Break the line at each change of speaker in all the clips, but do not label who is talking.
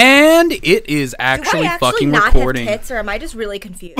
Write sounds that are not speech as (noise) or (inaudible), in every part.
And it is actually,
Do I actually
fucking
not
recording.
have tits, or am I just really confused?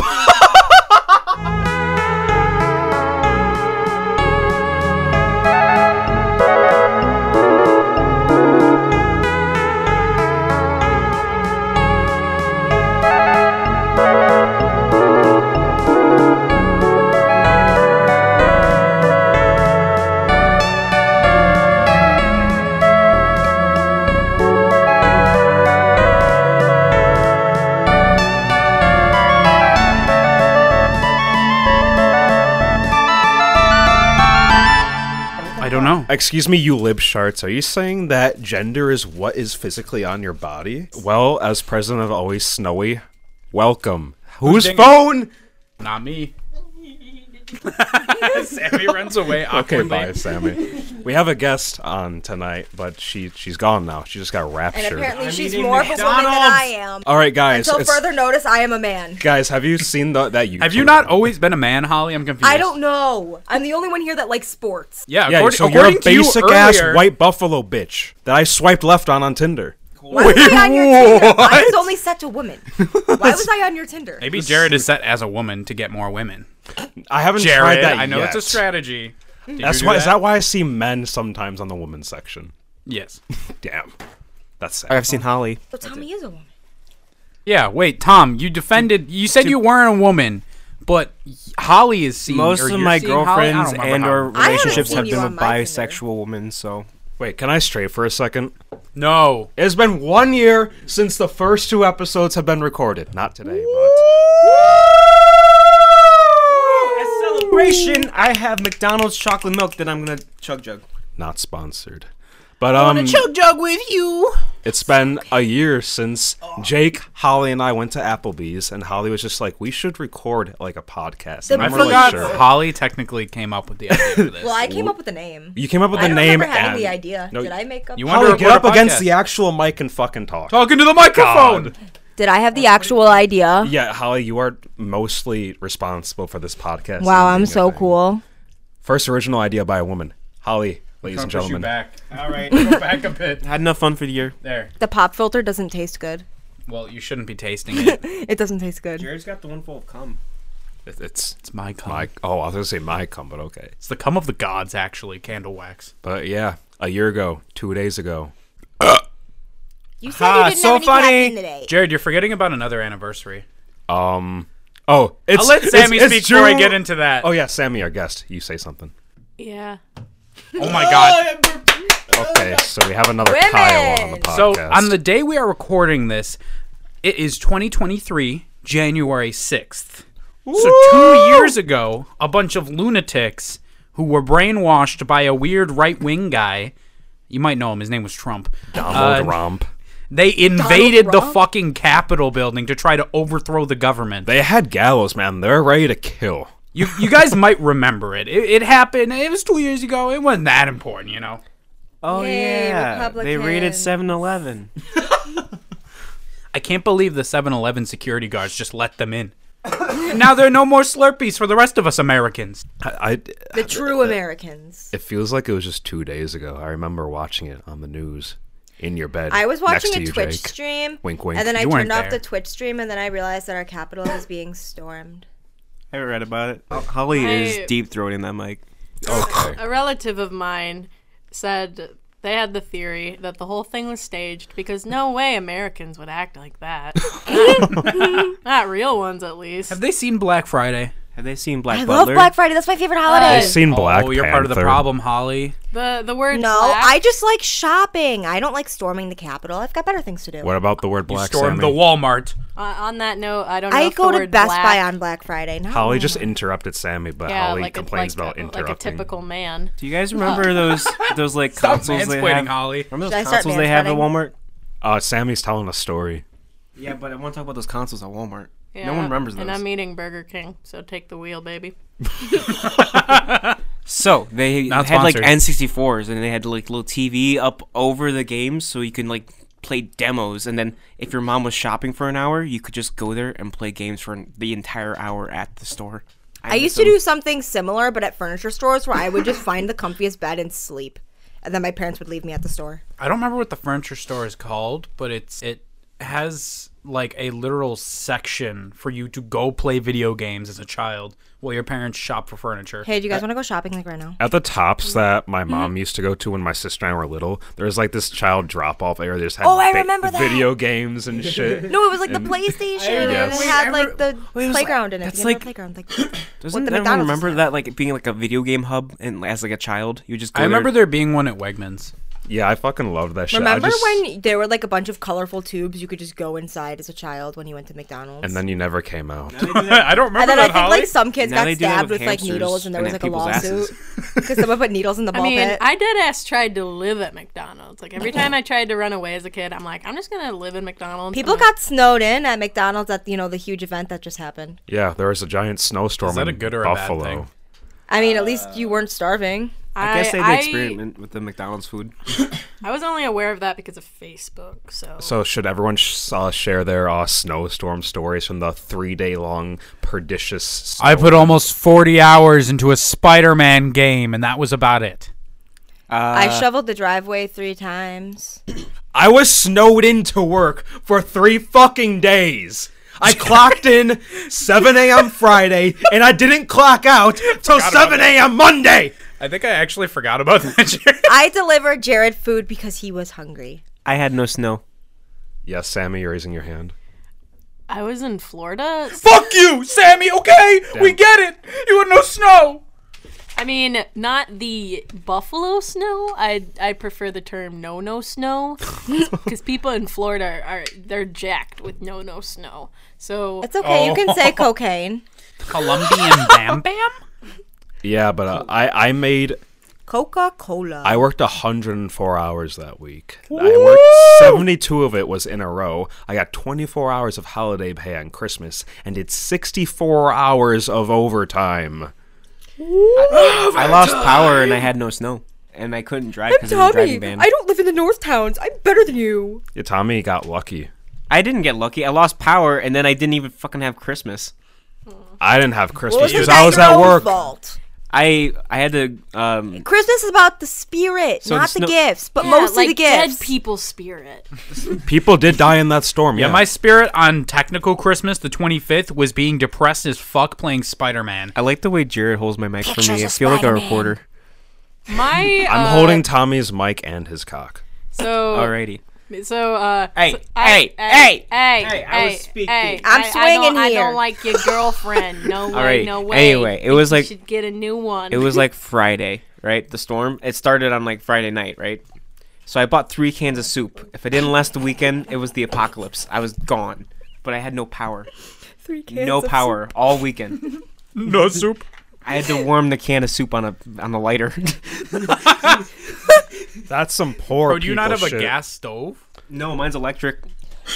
I don't know.
Excuse me, you lib sharts. Are you saying that gender is what is physically on your body? Well, as president of Always Snowy, welcome. Whose
ding-
phone?
Not
(laughs)
me. Sammy runs away
Okay,
awkwardly.
bye, Sammy. we have a guest on tonight, but she she's gone now. She just got
and
raptured.
apparently,
I'm
she's
eating
more of a woman than
McDonald's.
I am.
All right, guys.
Until
it's-
further notice, I am a man.
Guys, have you seen the, that YouTube?
Have you not always been a man, Holly? I'm confused.
I don't know. I'm the only one here that likes sports.
Yeah,
Yeah,
according,
so you're
according
a basic
to you
ass
earlier,
white buffalo bitch that I swiped left on on Tinder.
Why was I on
(laughs)
your Tinder? I was
what?
only set to women. Why was I on your Tinder?
Maybe Jared is set as a woman to get more women.
I haven't
Jared,
tried that
I know it's
yet.
a strategy. Did
That's
you do
why. Is that why I see men sometimes on the women's section?
Yes.
Damn, that's sad.
I've seen Holly.
So Tommy is a woman.
Yeah. Wait, Tom, you defended. You said you weren't a woman, but Holly is seen.
Most
or
of
you're
my
seeing Holly? I don't
girlfriends
remember
and
how-
or
haven't
relationships
seen
have
you
been
on
with
my Tinder.
bisexual women, so
Wait, can I stray for a second?
no.
It's been one year since the first two episodes have been recorded. Not today, but
as celebration, I have McDonald's chocolate milk that I'm gonna chug jug.
not sponsored. But um,
jug with you.
it's been a year since Jake, Holly, and I went to Applebee's, and Holly was just like, "We should record like a podcast." And
The
I
I'm
Really
forgot
sure.
Holly technically came up with the idea
(laughs)
for this.
Well, I came up with the name.
You came up with
I
the
don't
name
remember having
and
the idea.
No,
Did I make up?
you want-
Holly,
Under-
get up
under
against
podcast.
the actual mic and fucking talk.
Talking to the microphone.
God.
Did I have the actual idea?
Yeah, Holly, you are mostly responsible for this podcast.
Wow,
and
I'm
being a
so
thing.
cool.
First original idea by a woman. Holly, ladies and gentlemen.
back. All
(laughs)
right, go back a bit.
Had enough fun for the year.
There.
The pop filter doesn't taste good.
Well, you shouldn't be tasting it.
It doesn't taste good.
Jared's got the one full of cum.
It- It's
It's my cum.
my oh, I was gonna say my cum, but okay.
It's the cum of the gods, actually. Candle wax.
But yeah, a year ago, two days ago.
You said
Ha, so funny.
today.
Ah, Jared, you're forgetting about another anniversary.
Um Oh, it's
I'll let
it's-
Sammy
it's
speak before I
June-
get into that.
Oh yeah, Sammy, our guest. You say something.
Yeah.
(laughs) Oh my god.
Okay, so we have another Kyle on the
Women!
podcast.
So, on the day we are recording this, it is 2023, January 6th. So, two years ago, a bunch of lunatics who were brainwashed by a weird right wing guy. You might know him. His name was Trump.
Donald
uh,
Romp.
They invaded the
Trump?
fucking Capitol building to try to overthrow the government.
They had gallows, man. They're ready to kill.
You, you guys might remember it. it. It happened. It was two years ago. It wasn't that important, you know.
Oh
Yay,
yeah, they raided
Republicans.
7-Eleven.
I can't believe the 7 Eleven security guards just let them in. now there are no more Slurpees for the rest of us Americans.
I, I
The true Americans.
It feels like it was just two days ago. I remember watching it on the news in your bed.
I was
next
watching
to
a
you,
Twitch
Jake.
stream,
Wink, wink.
and then I
You weren't
turned off
there.
the Twitch stream, and then I realized that our capital was being stormed.
I (laughs) haven't read about it. Oh, Holly
I-
is deep throating that mic.
Okay.
A relative of mine said they had the theory that the whole thing was staged because no way Americans would act like
(laughs)
that. not, not real ones, at least.
Have they seen Black Friday?
Have they seen Black
I love
Butler?
Black Friday. That's my favorite holiday.
I've seen Black
oh, you're part of the
Panther.
problem, Holly.
The the word
no,
black-
I just like shopping. I don't like storming the Capitol. I've got better things to do.
What about the word
You
black?
stormed
Sammy?
the Walmart.
on, uh, on that note, I don't. Know
I
if
go
the
to
word
Best
black-
Buy on Black Friday. No.
Holly just interrupted Sammy, but
Yeah,
Holly
like a-
complains about
like a-
interrupting.
Like a typical man.
Do you guys remember those those (laughs) like
Stop
consoles they
mansplaining,
have?
Holly.
Remember
Should I
those
start
consoles they have at
mansplaining?
Walmart?
Uh, Sammy's telling a story.
Yeah, but I want to talk about those consoles at Walmart.
Yeah.
No one remembers those.
And I'm eating Burger King, so take the wheel, baby.
So they
Not
had like
sponsored.
N64s, and they had like little TV up over the games, so you can like play demos. And then if your mom was shopping for an hour, you could just go there and play games for an- the entire hour at the store.
I used to do something similar, but at furniture stores where I would just find the comfiest bed and sleep, and then my parents would leave me at the store.
I don't remember what the furniture store is called, but it's it has like a literal section for you to go play video games as a child while your parents shop for furniture.
Hey, do you guys want to go shopping like right now?
At the tops
Mm-hmm.
that my mom used to go to when my sister and I were little, there was like this child drop off area. They just had
Oh, I
ba-
remember that.
video games and
(laughs)
shit.
No, it was like the PlayStation, and
Yes.
it had
Wait, I
like the
wait, it was like-
playground in it.
that's
the like,
like-
playground, like
Doesn't
the
everyone
McDonald's
remember
is
that like being like a video game hub and as like a child you would just go
I remember
there.
there being one at Wegmans.
Yeah, I fucking loved that shit. I
Remember
just-
when there were like a bunch of colorful tubes you could just go inside as a child when you went to McDonald's?
And then you never came out.
(laughs) I don't remember
And then
that,
I think
Holly.
like some kids
Now
got
they do that
stabbed
with
with like
hamsters
needles, and there
and
was
at
like a
people's
lawsuit
asses.
(laughs) because someone put needles in the
(laughs) I
ball
mean,
pit.
I dead ass tried to live at McDonald's. Like every time I tried to run away as a kid, I'm like, I'm just gonna live in McDonald's.
People
I'm like,
got snowed in at McDonald's at you know the huge event that just happened.
Yeah, there was a giant snowstorm
Is that
in
a good or a bad
Buffalo.
thing?
I mean, at least you weren't starving.
I guess they did
I-
experiment with the McDonald's food.
I was only aware of that because of Facebook. So,
So should everyone sh- uh, share their uh, snowstorm stories from the three-day-long pernicious? Snow-
I put almost 40 hours into a Spider-Man game and that was about it.
Uh,
I shoveled the driveway three times.
I was snowed into work for three fucking days. (laughs) I clocked in 7 a.m. Friday, and I didn't clock out till 7 a.m. Monday.
(laughs) I think I actually forgot about (laughs) that.
I delivered Jared food because he was hungry.
I had no snow.
Yes, Sammy, you're raising your hand.
I was in Florida.
Fuck you, Sammy. Okay, we get it. You had no snow.
I mean, not the buffalo snow. I I prefer the term no
(laughs)
no snow because people in Florida are, are they're jacked with no no snow. So
It's okay. You can say
Oh. (laughs)
cocaine.
(laughs) Colombian bam bam.
Yeah, but uh, I I made
Coca Cola.
I worked 104 hours that week. I worked 72 of it was in a row. I got 24 hours of holiday pay on Christmas and did 64 hours of overtime.
I lost power and I had no snow. And I couldn't drive because of the driving ban. I,
don't live in the North Towns. I'm better than you.
Yeah, Tommy got lucky.
didn't get lucky. I lost power and then I didn't even fucking have Christmas.
I didn't have Christmas
Wasn't
because
that
I was
your
at
own
work.
fault?
I I had to um
Christmas is about the spirit,
So
not
the
the,
snow-
gifts, but
yeah,
mostly
like
the gifts.
dead people spirit.
People did die in that storm. Yeah,
Yeah, my spirit on technical Christmas, the 25th, was being depressed as fuck playing Spider-Man.
I like the way Jared holds my mic for
Pictures
me. I
of
feel like a
Spider-Man.
reporter.
My
I'm
uh,
holding Tommy's mic and his cock.
so
Alrighty.
So, uh,
Hey,
so-
hey, hey,
hey,
hey, I was speaking.
I'm
I- I,
swinging
don't, I
here.
don't like your
(laughs)
girlfriend. No way,
Alright,
no way.
anyway, it was
You
like-
should get a new one.
It was like (laughs) Friday, right? The storm. It started on like Friday night, right? So I bought three cans of soup. If it didn't last the weekend, it was the apocalypse. I was gone. But I had no power.
Three kids
No power all weekend.
(laughs) No soup.
I had to warm the can of soup on a on a lighter. (laughs)
That's some poor.
Bro, do you not have
people
a
shit.
gas stove?
no, mine's electric.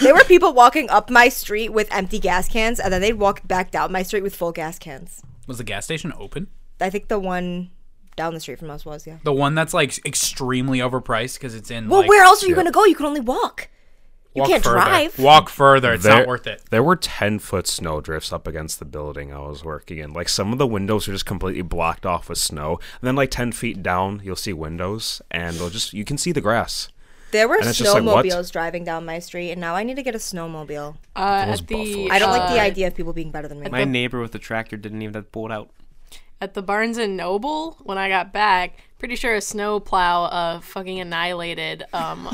There were people walking up my street with empty gas cans, and then they'd walk back down my street with full gas cans.
Was the gas station open?
I think the one down the street from us was, yeah.
The one that's like extremely overpriced because it's in.
Well,
like,
where else are you going to go? You can only walk.
walk
can't
further.
drive.
Walk further. It's
There-
not worth it.
There were 10 foot snow drifts up against the building I was working in. Like some of the windows are just completely blocked off with snow. And then, like 10 feet down, you'll see windows and they'll just, you can see the grass.
There were
And it's just like, what?
snowmobiles driving down my street, and now I need to get a snowmobile.
uh,
those
at the,
buffalo
I don't like the
uh,
idea of people being better than me.
My neighbor with the tractor didn't even have to pull it out.
at the Barnes and Noble when I got back. Pretty sure a snowplow uh fucking annihilated um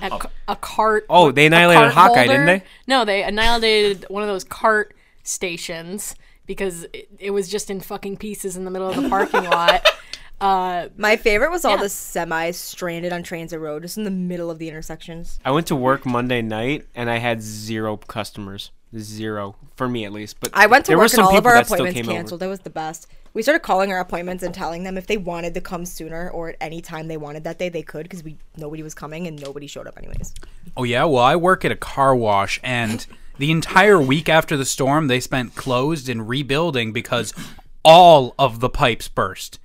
a, c- a cart.
Oh, they annihilated
cart
Hawkeye,
holder.
didn't they?
No, they annihilated one of those cart stations because it, it was just in fucking pieces in the middle of the parking lot. Uh,
My favorite was all the semis stranded on Transit Road, just in the middle of the intersections.
I went to work Monday night and I had zero customers. Zero for me at least. But
I went to
there were
work and
some
all of
people
our
that still
appointments
came over.
canceled. That was the best. We started calling our appointments and telling them if they wanted to come sooner or at any time they wanted that day, they could because we nobody was coming and nobody showed up anyways.
Oh yeah, well I work at a car wash and the entire week after the storm they spent closed and rebuilding because all of the pipes burst.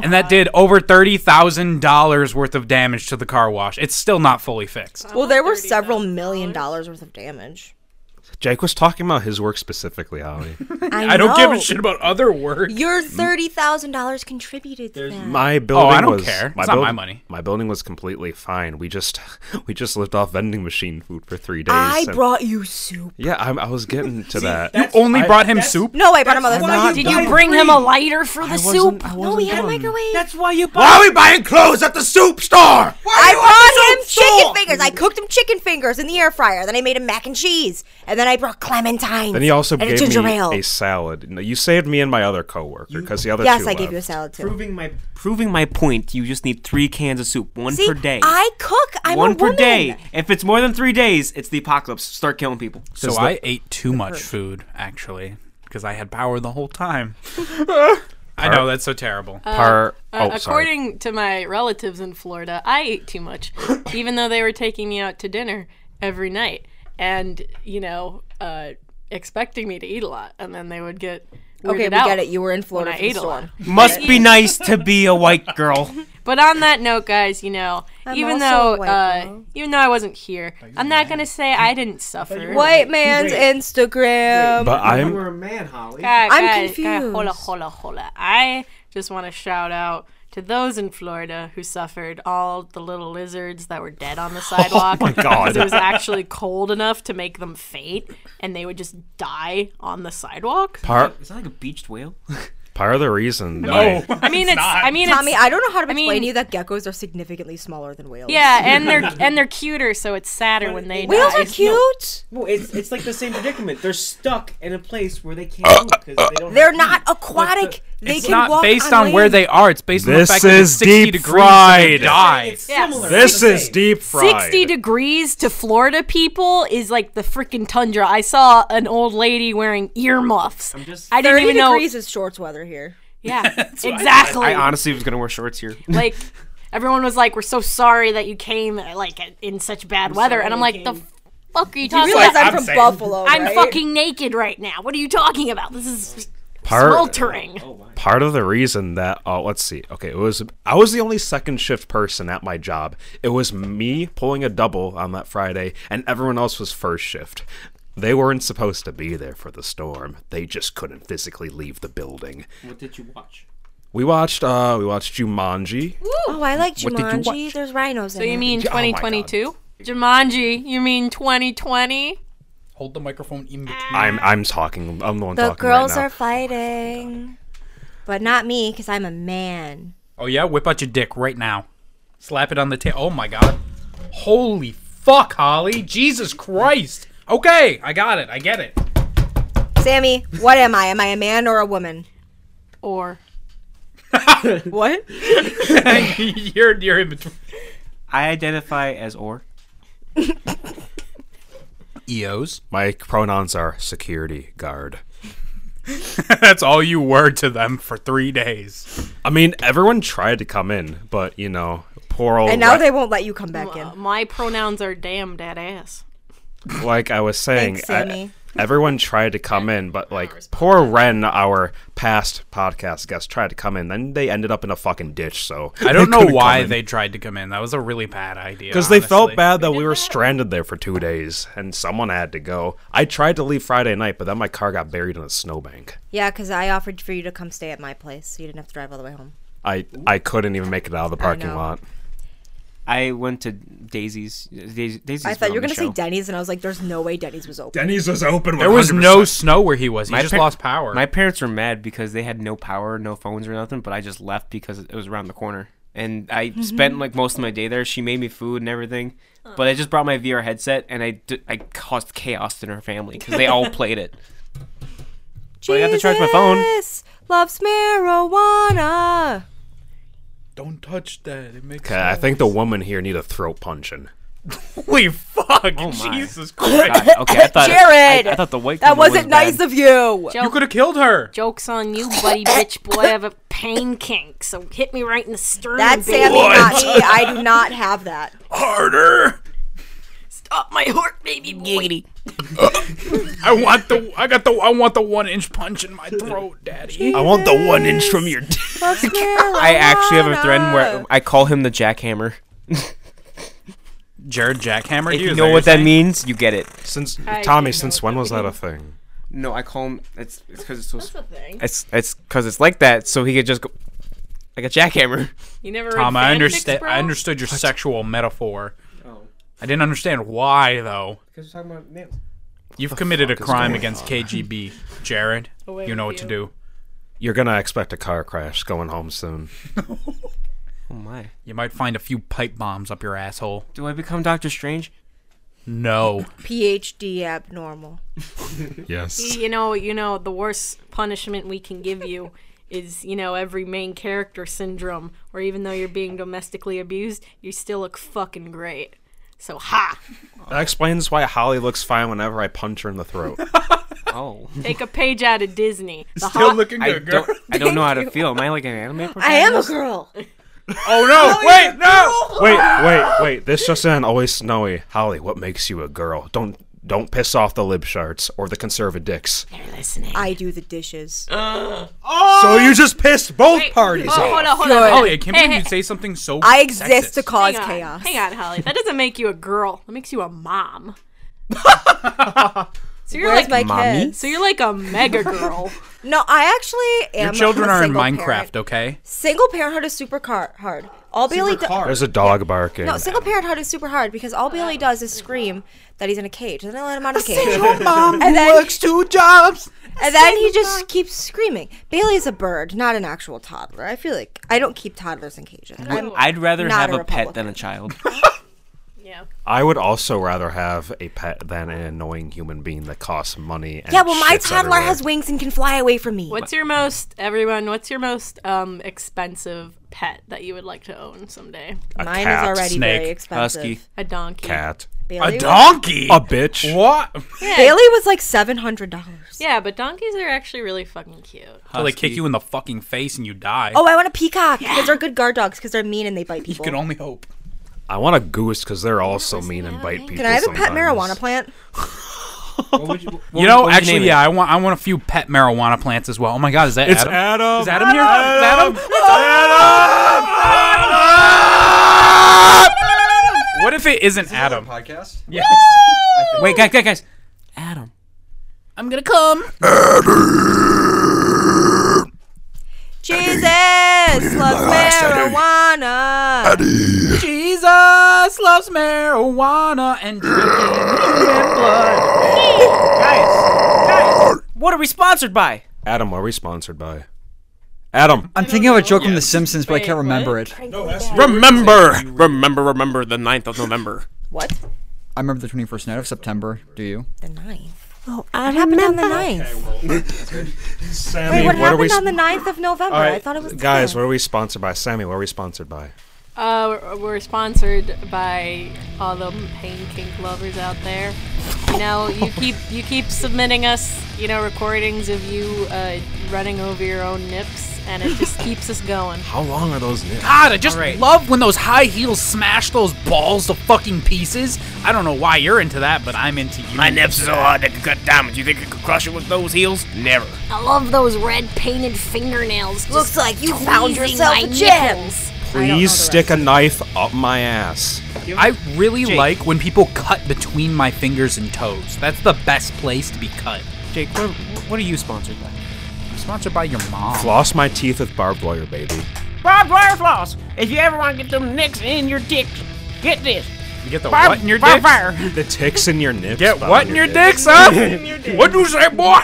And that did over $30,000 worth of damage to the car wash. It's still not fully fixed.
well, there were several million dollars worth of damage.
Jake was talking about his work
(laughs)
specifically, Holly.
I don't give a
know.
shit about other work.
Your thirty thousand dollars contributed to that.
My building
Oh, I don't
was,
care. It's not
buil-
my money.
My building was completely fine. We just (laughs) we just lived off vending machine food for three days.
I
and-
brought you soup.
Yeah, I, I was getting to that.
You oh, only brought him soup.
No, I brought him other
why
stuff.
you
Did you bring him a lighter for the soup?
No, we had a microwave.
That's why you
Why are
bought.
we buying clothes at the soup store?
I brought him chicken fingers. I cooked him chicken fingers in the air fryer. Then I made him mac and cheese, and then I brought clementines.
Then he also
and a
gave
ginger
me
ale.
a salad. No, You saved me and my other coworker because the other
yes,
two
I gave you a
left.
salad too.
Proving my proving my point. You just need three cans of soup, one
See,
per day.
I cook. I'm
one
a
per
woman.
day. If it's more than three days, it's the apocalypse. Start killing people.
So I ate too much food actually because I had power the whole time. I know that's so terrible.
Par-
Uh,
oh, sorry.
according to my relatives in Florida, I ate too much, (coughs) even though they were taking me out to dinner every night and, you know, uh, expecting me to eat a lot. And then they would get. Weirded
Okay, we
out
get it. You were in Florida
when I
for the
ate a lot.
storm.
Must be nice to be a white girl.
But on that note, guys, you know, even
also
though
a white
uh,
girl.
even though I wasn't here, I'm not gonna say I didn't suffer.
White man's Instagram.
But I'm
a man, Holly.
Guys,
I'm
guys, guys,
confused.
hola, hola, hola. I just want to shout out to those in Florida who suffered all the little lizards that were dead (laughs) on the sidewalk.
my God.
'cause It was actually cold enough to make them faint, and they would just die on the sidewalk.
part
Is that like a beached whale?
part of the reason.
Oh,
that I-
I mean, it's. I mean,
Tommy,
it's.
I don't know how to
I mean-
explain to you that geckos are significantly smaller than whales.
yeah,
(laughs)
and they're and they're cuter, so it's sadder when they
Whales
die.
are cute.
Well, it's it's like the same predicament. They're stuck in a place where they can't move because they don't.
They're not aquatic. they
it's
can
not
walk
based
on,
on where
land.
they are. It's based on the
This
fact that it's
is
60
deep
degrees and they
fried.
die.
Yes.
this is deep fried.
60 degrees to Florida people is like the freaking tundra. I saw an old lady wearing earmuffs. I'm
just-
I didn't
30
even know.
degrees is shorts weather here.
(laughs)
Yeah, exactly.
I honestly was gonna wear shorts here.
like everyone was like, "We're so sorry that you came like in such bad weather," and I'm like, "The fuck are you talking
You realize
about?
I'm, from Buffalo,
I'm,
right?
fucking naked right now. What are you talking about? This is
Part-
sweltering."
part of the reason that uh, let's see okay it was i was the only second shift person at my job it was me pulling a double on that friday and everyone else was first shift they weren't supposed to be there for the storm they just couldn't physically leave the building
What did you watch?
we watched uh we watched jumanji
Oh, I like
What did you
Jumanji.
watch?
There's rhinos in
So you
it.
mean
oh my God.
2022? Jumanji? You mean 2020?
Hold the microphone in between.
i'm i'm talking i'm the one
the
talking
girls
right now.
are fighting, but not me because I'm a man.
Oh yeah, whip out your dick right now. Slap it on the table. Oh my god. Holy fuck, Holly. Jesus Christ. Okay, I got it. I get it. (laughs)
Sammy, what am I? Am I a man or a woman?
Or
What?
you're you're in between.
I identify as or.
EOs.
my pronouns are security guard
(laughs) That's all you were to them for three days.
i mean everyone tried to come in but you know poor old
And now
Re-
they won't let you come back in.
uh, my pronouns are damn dad ass.
like I was saying,
Thanks,
I-
Sammy.
everyone tried to come in, but like poor Ren, our past podcast guest, tried to come in. Then they ended up in a fucking ditch. So
I don't know why they tried to come in. That was a really bad idea.
because they felt
honestly.
bad that we were stranded there for two days and someone had to go. I tried to leave Friday night, but then my car got buried in a snowbank.
Yeah, because I offered for you to come stay at my place, so you didn't have to drive all the way home.
I I couldn't even make it out of the parking
know.
lot.
I went to Daisy's. Daisy, Daisy's.
I thought you were gonna
going to
say Denny's, and I was like, "There's no way Denny's was open."
Denny's was open.
There was no snow where he was. He just
par-
lost power.
My parents were mad because they had no power, no phones or nothing, but I just left because it was around the corner. And I
Mm-hmm.
spent like most of my day there. She made me food and everything,
Oh.
but I just brought my VR headset and I, d- I caused chaos in her family because they all played
(laughs)
it.
Jesus
I had to charge my phone.
Loves marijuana.
don't touch that. It makes
Uh, I think the woman here need a throat punching.
(laughs) Holy fuck.
my.
Jesus Christ.
God, okay, I thought
Jared!
I, I thought the white.
That
couple was
wasn't nice
bad.
of you.
You could have killed her.
Joke's on you, buddy, bitch boy. I have a pain kink, so hit me right in the sternum.
That's
baby.
Sammy, not me. I do not have (laughs) that.
Harder.
Stop my heart, baby boy.
I want the I got the I want the one inch punch in my throat, Daddy.
I want the one inch from your.
Loves marijuana.
I actually have a thread where I call him the jackhammer.
Jared jackhammered
If
you.
you
is
know what
you're
that means, you get it.
Since
I
Tommy,
didn't know
since
what
when
that
was that a thing?
No, I call him. It's it's because it's so.
That's a thing.
It's it's because it's like that. So he could just go like a (laughs) jackhammer.
You never.
Tom,
read
I
fanfics,
understand.
Bro?
I understood your sexual metaphor.
Oh,
I didn't understand why though.
because we're talking about nails.
You've committed a crime
going
against KGB,
(laughs)
Jared.
Away
you know what
with
to
you.
do.
You're gonna expect a car crash going home soon.
Oh my!
You might find a few pipe bombs up your asshole.
Do I become Doctor (laughs) Strange? (laughs)
No.
PhD abnormal.
Yes.
You know, you know, the worst punishment we can give
(laughs)
you is, you know, every main character syndrome, where even though you're being domestically abused, you still look fucking great. So ha!
That explains why Holly looks fine whenever I punch her in the (laughs) throat.
Oh,
Take a page out of Disney. The
Still
hot-
looking
I
good, girl.
don't. I don't know how to feel. Am I like an anime?
I am a girl.
Oh no! (laughs) Wait, no!
wait, wait, wait. This just in. Always snowy. Holly, what makes you a girl? Don't don't piss off the libsharts or the conservative dicks.
listening.
I do the dishes.
So you just pissed both
Wait,
parties
oh,
off.
hold on, hold on.
Holly, I can't
Hey,
believe
(laughs)
hey,
you'd say something so.
I exist to
sexist.
cause
Hang on,
chaos.
Hang on, Holly. That doesn't make you a girl. That makes you a mom. so you're
Where's
like
my
mommy?
kids?
so you're like a
(laughs)
mega girl.
No, I actually am.
Your children
a
are in
single
Minecraft,
Parent.
okay?
Single parenthood is super car- hard. All Bailey does.
There's a dog barking.
No, single parenthood is super hard because all Bailey does is scream that he's in a cage, and then I let him out of the cage.
mom
And then- works
two jobs.
And then he just keeps screaming. Bailey's a bird, not an actual toddler. I feel like I don't keep toddlers in cages. I'm,
I'd rather
Not
have
a
a, pet
Republican.
than a child.
yeah.
I would also rather have a pet than an annoying human being that costs money. And
yeah, well, my
shits
toddler
everywhere.
has wings and can fly away from me.
What's your most everyone? What's your most um expensive pet that you would like to own someday?
a
Mine
cat,
is already
snake,
very expensive.
Husky.
A donkey.
cat,
Bailey
A
was-
donkey?
a bitch.
What? (laughs)
Bailey was like seven hundred dollars.
Yeah, but donkeys are actually really fucking cute.
Till they kick
Husky.
you in the fucking face and you die.
Oh, I want a peacock because they're good guard dogs because they're mean and they bite
you
people.
can only hope.
I want a goose because they're all so mean and bite people.
Can I have a pet
sometimes.
marijuana plant?
You know, actually, yeah, I want I want a few pet marijuana plants as well. Oh my god, is that
It's
Adam?
Adam.
Is Adam here? Is Adam?
Adam.
What if it isn't Adam?
podcast.
Yes.
Wait, guys, guys, guys. Adam.
I'm gonna come.
Jesus loves marijuana.
Jesus loves marijuana and drinking human blood.
Guys, guys. What are we sponsored by?
Adam, are we sponsored by? Adam.
I'm thinking of a joke from The Simpsons, but I
Wait,
can't remember
what?
it.
Remember, remember, remember the 9th of November.
What?
I remember the 21st night of September. Do you?
The ninth. Oh, what happened on the ninth? Wait, what,
are
happened
we?
on the 9th of November? I thought it was
Guys,
today.
what are we sponsored by? Sammy, what are we sponsored by?
Uh, we're- we're sponsored by all the pain kink lovers out there. You know, you
(laughs)
keep you keep submitting us, you know, recordings of you uh, running over your own nips, and it
(laughs)
just keeps us going.
How long are those? Nips?
God, I just love when those high heels smash those balls to fucking pieces. I don't know why you're into that, but I'm into you.
My nips are so hard they could cut diamonds. You think I could crush it with those heels? Never.
I love those red painted fingernails.
Looks like you found
tweezing
yourself
my
a gem.
nipples.
Please stick a knife up my ass.
I really like when people cut between my fingers and toes. That's the best place to be cut.
Jake, what are, what are you sponsored by?
I'm sponsored by your mom.
Floss my teeth with barbed wire, baby.
Barbed wire floss. If you ever want to get them nicks in your dick, get this.
You get the
Barb-
what in your
barbed
dick?
wire.
The ticks in your nips.
Get
but
what
on
in your dicks,
(laughs)
huh? what do you say, boy?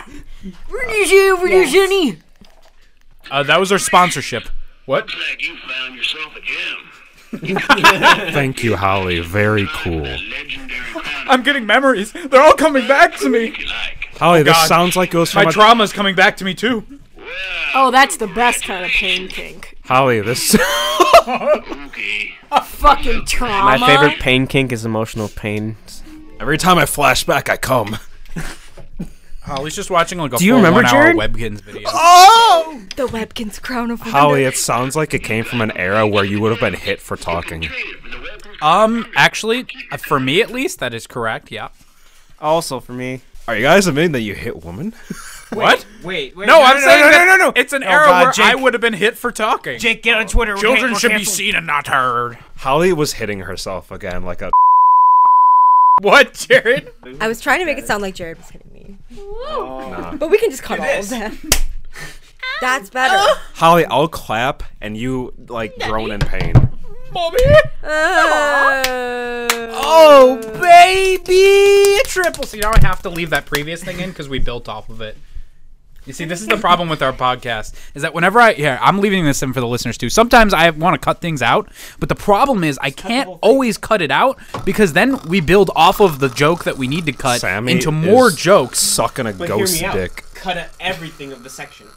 Uh, that was our sponsorship. What?
like you found yourself a gem.
Thank you, Holly. Very cool.
A legendary found
I'm getting memories. They're all coming back to me.
you like.
Holly, this
Oh, God.
sounds like it was
My
from a
trauma's coming back to me too.
Well,
Oh, that's the best kind of pain kink.
Holly. This (laughs)
okay.
Fucking trauma.
My favorite pain kink is emotional pain.
every time I flash back, I come.
Holly's just watching like a
you
full
remember,
one-hour
Jared?
Webkins video.
Oh,
The Webkin's crown of
Holly, it sounds like it came from an era where you would have been hit for talking.
Um, actually, uh, for me at least, that is correct. Yeah.
Also for me.
Are you guys admitting that you hit women?
What?
Wait, wait.
No, I'm saying
no,
that
no, no, no.
It's an
Oh,
era
God,
where I
Jake.
would have been hit for talking.
Jake, get on Twitter.
Children should be seen and not heard.
Holly was hitting herself again like a (laughs)
What, Jared?
I was trying to make it sound like Jared was hitting me. But we can just cut all of (laughs) them. That's better.
Holly, I'll clap and you like groan in pain.
Oh, baby! Triple. So you know I have to leave that previous thing in because we built off of it. You see, this is the problem with our podcast is that whenever I yeah, I'm leaving this in for the listeners too. Sometimes I want to cut things out, but the problem is I can't always cut it out because then we build off of the joke that we need to cut
Sammy
into more
is
jokes.
Sucking a ghost
out.
dick.
Cut out everything of the section.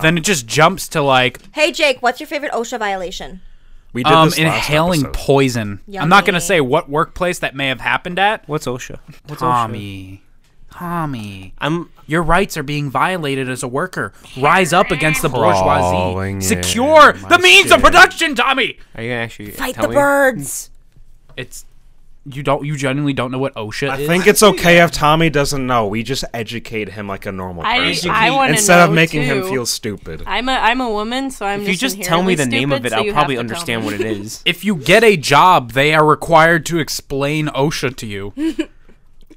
Then it just jumps to like
Hey Jake, what's your favorite OSHA violation?
We did
um
this last
inhaling
episode.
poison. I'm not gonna
Yummy.
say what workplace that may have happened at.
What's OSHA? What's
Tommy, Tommy.
I'm
Your rights are being violated as a worker. Rise up against the
Crawling
bourgeoisie.
in
Secure the means of production, Tommy.
Are you gonna actually
Fight
tell
the
me?
birds.
It's you don't you genuinely don't know what OSHA
I
is.
think it's okay if Tommy doesn't know. We just educate him like a normal
I-
person.
I wanna
Instead of
know,
making him
too.
(laughs)
feel stupid.
I'm a I'm a woman, so I'm.
If you just tell me the name of it, I'll probably understand what it
(laughs)
is.
if you get a job, they are required to explain OSHA to
(laughs)
you,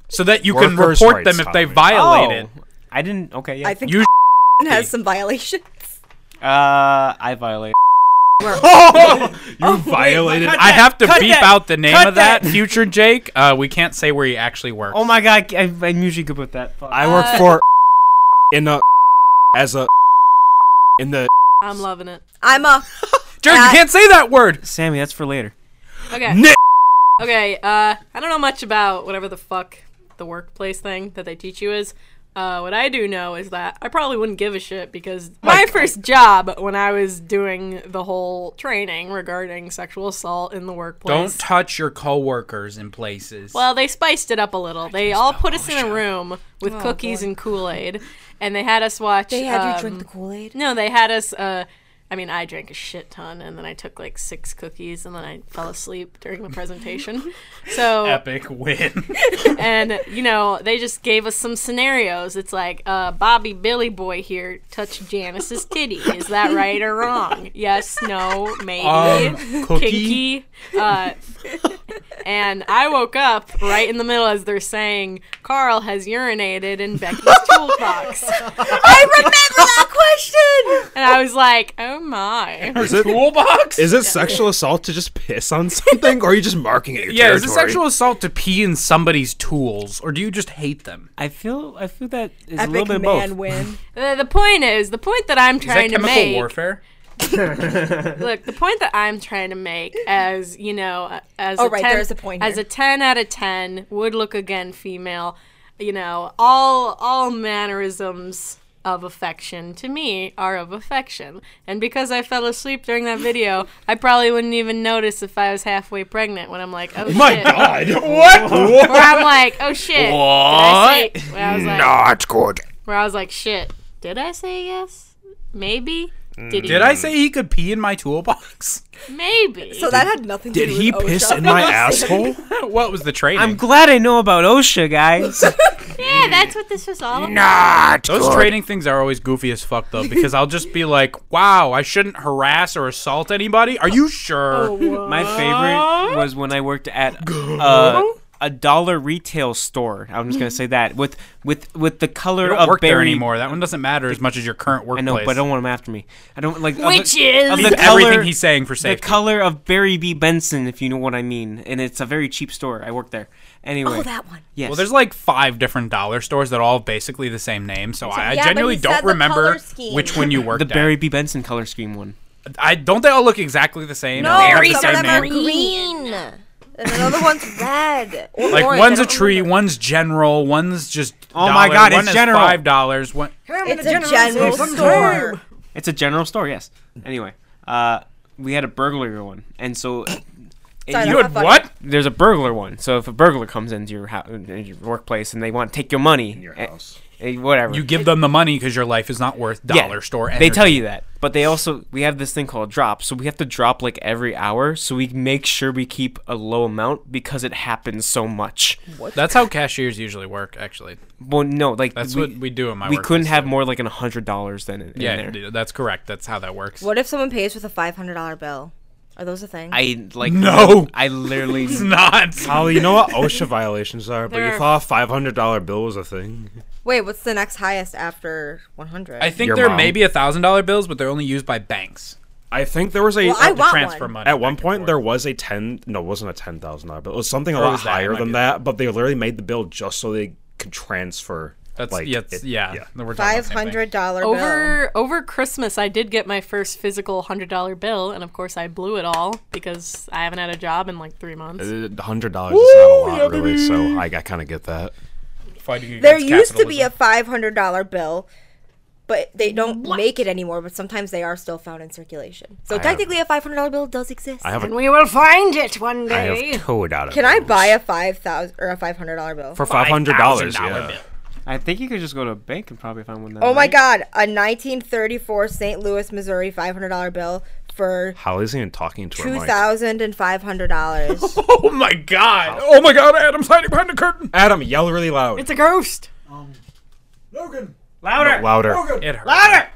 so that you can
Workers'
report
rights,
them if they
Tommy.
violate it.
Oh, I didn't. Okay, yeah.
I think
You
(laughs) has some violations.
uh, I violate.
(laughs)
You violated.
I have to
cut
beep
that,
out the name
cut
of that,
that.
future Jake. Uh, we can't say where he actually works.
(laughs) Oh my god, I, I'm usually good with that. Fuck.
I
Uh,
work for (laughs) in a (laughs) as a (laughs)
(laughs)
in the
I'm loving it.
I'm a
Jared, you
God.
can't say that word.
Sammy, that's for later. (laughs)
Okay.
Nick.
Okay. Uh, I don't know much about whatever the fuck the workplace thing that they teach you is. Uh, what I do know is that I probably wouldn't give a shit
Oh
because my first job when I was doing the whole training regarding sexual assault in the workplace.
Don't touch your coworkers in places.
Well, they spiced it up a little. They all put us in a room with
Oh,
cookies and Kool Aid, and they had us watch.
They had you
um,
drink the Kool-Aid.
No, they had us. Uh, I mean, I drank a shit ton, and then I took like six cookies, and then I fell asleep during the presentation. So
epic
(laughs)
win.
and you know they just gave us some scenarios it's like uh, bobby billy boy here touched janice's titty is that right or wrong yes no maybe
Um, cookie?
kinky uh, and i woke up right in the middle as they're saying carl has urinated in becky's toolbox
(laughs) I remember that question.
and i was like oh my
is it
toolbox?
is it sexual assault to just piss on something, or are you just marking it? Your
yeah,
territory?
is it
(laughs)
sexual assault to pee in somebody's tools, or do you just hate them?
I feel I feel that is a little
Epic
bit of
man
both.
win.
the, the point is the point that i'm
Is that
trying to
chemical
make
warfare?
look the point that i'm trying
(laughs)
to make as you know uh, as
Oh,
a
right,
10
there's a point
as
here.
a 10 out of 10 would look again female you know all all mannerisms of affection to me are of affection and because i fell asleep during that video i probably wouldn't even notice if i was halfway pregnant when i'm like oh
My
shit
God, what? what?
where i'm like oh shit did I say- where I was like,
Not good.
where i was like shit did i say yes maybe did, he?
Did I say he could pee in my toolbox? (laughs)
maybe
So that had nothing to
Did
do
he
with
piss
OSHA.
in my asshole?
(laughs)
what was the training?
I'm glad I know about OSHA, guys.
yeah that's what this was all about
Not
Those training things are always goofy as fuck though, because I'll just be like, "Wow, I shouldn't harass or assault anybody." Are you sure?
Oh,
My favorite was when I worked at uh, a dollar retail store. I'm just gonna say that with with with the color
You don't
of
work there
berry-
anymore. That one doesn't matter as much as your current
I
workplace.
know, but I don't want them after me. I don't like
Which
of the,
is-
of
Leave
the color,
everything he's saying for
the
safety.
color of Barry B Benson, if you know what I mean. And it's a very cheap store. I worked there. Anyway,
Oh, that one.
yes.
well, there's like five different dollar stores that all have basically the same name, so I,
Yeah,
I
but
genuinely
he said
don't
the
remember
color scheme.
which one you worked
(laughs) the
at.
Barry B Benson color scheme one.
I don't they all look exactly the same?
No,
They have the
some
same
of
name?
them are green. And another one's red. Or
Like
orange.
one's
I
a
don't
tree,
remember.
one's general, one's just.
Oh my
dollar,
God,
one
it's
is
general.
Five dollars. One.
It's a general store.
It's a general store, yes. Anyway, uh, we had a burglary one,
(coughs)
and so
Sorry,
You
that's
had
not funny.
what?
there's a burglar one. So if a burglar comes into your house, your workplace, and they want to take your money, your
house.
whatever,
You give them the money because your life is not worth
Yeah,
dollar store.
They tell
energy.
you that, but they also we have this thing called drop, so we have to drop like every hour, so we make sure we keep a low amount because it happens so much.
That's how cashiers usually work. Actually,
Well, no, like
that's
we,
what we do in my.
we
workplace,
couldn't have
too.
more like an hundred dollars than in, in
Yeah,
there.
dude, that's correct. That's how that works.
What if someone pays with a five hundred dollar bill? Are those a thing?
I like
No.
I literally
It's (laughs) not.
Holly, you know what OSHA violations are, but
There
you
are-
thought a five hundred dollar bill was a thing.
Wait, what's the next highest after 100?
I think
Your
there
mom.
may be a thousand dollar bills, but they're only used by banks
I think there was a
Well, I
to
want
transfer
one.
money.
at one
back and
point
forth.
there was a ten no, it wasn't a ten thousand dollar bill. It was something a lot
was that, it
higher
might
than
be.
that, but they literally made the bill just so they could transfer.
That's
like,
yeah, it's-
it-
yeah.
yeah.
then we're talking about
Five
the same thing.
hundred dollar bill.
Over over Christmas, I did get my first physical hundred dollar bill, and of course, I blew it all because I haven't had a job in like three months.
hundred dollars is not a lot, really. So I, I kind of get that.
Fighting against
There used to be a
capitalism.
five hundred dollar bill, but they don't make it anymore. But sometimes they are still found in circulation. So technically, a five hundred dollar bill does exist.
I have
And
a,
we will find it one
I
day.
have two out of.
Can I
those.
buy a five thousand or a five hundred dollar bill?
for five hundred dollars?
$5,000
Yeah.
bill.
I think you could just go to a bank and probably find one that
oh my
night.
god, a nineteen thirty four St. Louis, Missouri five hundred dollar bill for
Holly's even talking to her
two
mic.
thousand and five hundred dollars.
Oh my god! Oh my god! Adam's hiding behind the curtain.
Adam, yell really loud.
It's a ghost.
louder. Louder.
It hurt. Louder.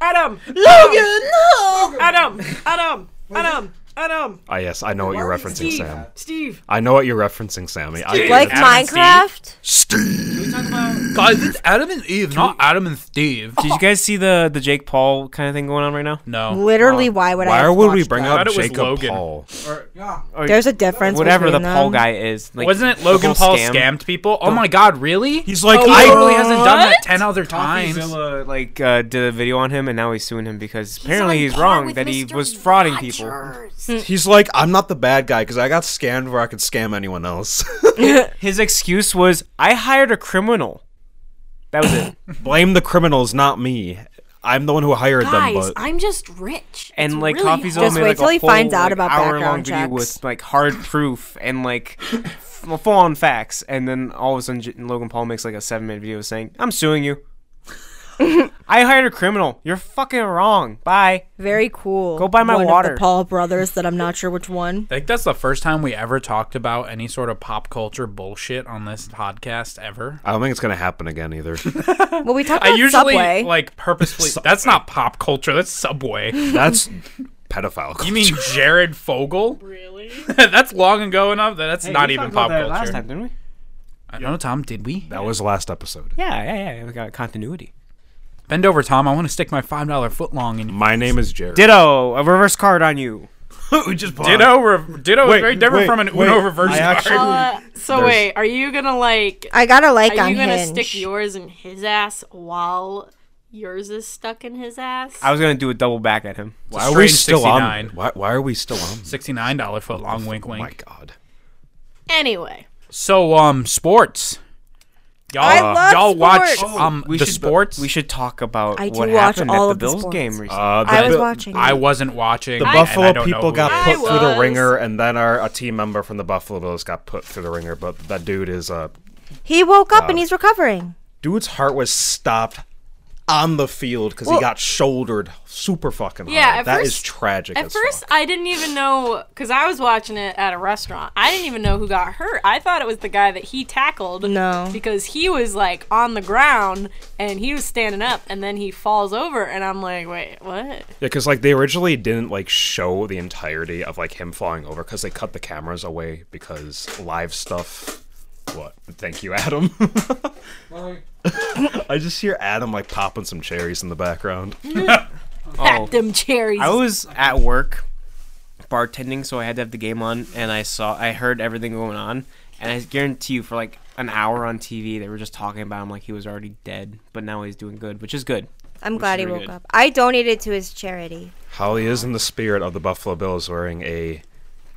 Adam.
Logan, (laughs) no.
Adam. Adam. Adam. Adam.
Ah, yes, I know what you're referencing,
Steve.
Sam.
Steve.
I know what you're referencing, Sammy. I,
Like
Adam and Steve?
Minecraft.
Guys, it's Adam and Eve, not Adam and Steve.
Oh,
Did you guys see the the Jake Paul kind of thing going on right now?
No.
Literally, why would I?
Uh, why
have
would we
watched
bring
that?
thought
up
it was
Jacob
Logan.
Paul?
There's a difference.
Whatever the
between
Paul
them.
guy is, like,
Wasn't it
the
Logan Paul
whole scam?
scammed people? Oh my god! Really? Oh,
He's like,
He
I
literally hasn't done that ten other times.
Coffeezilla like uh, did a video on him, and now he's suing him because apparently
on
he's
par
wrong
with
that he
Mr.
was frauding people.
Rogers.
He's like, I'm not the bad guy because I got scammed where I could scam anyone else. (laughs)
His excuse was, "I hired a criminal." That was
(coughs)
it.
Blame the criminals, not me. I'm the one who hired
Guys,
them, but
I'm just rich. It's
and like
really
Coffeezilla
hard.
Just
made
wait
like
till
a
he
whole,
finds out
like,
about
hour long
background
video
checks.
with like hard proof and like full on facts, and then all of a sudden J- Logan Paul makes like a seven minute video saying, "I'm
(laughs)
suing you." I hired a criminal. You're fucking wrong. Bye.
Very cool.
Go buy my
One of
water.
the Paul brothers that I'm not sure which one.
I think that's the first time we ever talked about any sort of pop culture bullshit on this podcast ever.
I don't think it's gonna happen again either.
Well, we talked
I
about
usually
Subway.
like purposefully. That's not pop culture. That's Subway.
That's pedophile.
You (laughs)
(laughs)
mean Jared Fogle?
Really?
(laughs) that's long ago enough that that's not even pop culture.
Last time, didn't we?
I don't know, Tom. Did we?
that was last episode?
Yeah, yeah, yeah. We got continuity.
Bend over, Tom. I want to stick my five dollar foot long in.
My name is
(laughs)
Jared.
Ditto. A reverse card on you.
we just
Ditto. Re- ditto
Wait,
is very different
wait,
from an
wait.
Uno reverse (laughs)
I
card.
actually-
Uh, so
There's-
wait, are you gonna like?
I got a like
Are
on
you gonna
Hinge.
stick yours in his ass while yours is stuck in his ass?
I was gonna do a double back at him.
Why are we
Strange
still
69.
on? Why, why are we still on?
Sixty nine dollar foot long. Wink,
Oh
wink.
my god.
anyway,
So, um, sports. Y'all,
I love
y'all watch
Oh,
sports.
um
We
the
should,
sports.
We should talk about
I do
what
watch
happened
all
at
of
the
the
Bills
sports.
game recently.
Uh, the
I was
Bill-
watching.
I wasn't watching.
The
and I
Buffalo
don't know
people
who
got
it is.
I
put through the
was.
ringer, and then our a team member from the Buffalo Bills got put through the ringer. But that dude is uh,
he woke up and he's recovering.
dude's heart was stopped on the field because
Well-
he got shouldered super fucking
Yeah,
hard.
at
That is
first-
tragic.
At
as
first,
fuck.
I didn't even know because I was watching it at a restaurant. I didn't even know who got hurt. I thought it was the guy that he tackled.
No.
because he was like on the ground and he was standing up, and then he falls over, and I'm like, wait, what?
yeah, because like they originally didn't like show the entirety of like him falling over because they cut the cameras away because live stuff. What? Thank you, Adam. (laughs) I just hear Adam like popping some cherries in the background.
(laughs) Pack them cherries.
I was at work bartending, so I had to have the game on, and I saw, I heard everything going on, and I guarantee you, for like an hour on TV, they were just talking about him like he was already dead, but now he's doing good, which is good.
I'm glad he
very
woke
good.
up. I donated to his charity.
Holly is in the spirit of the Buffalo Bills wearing a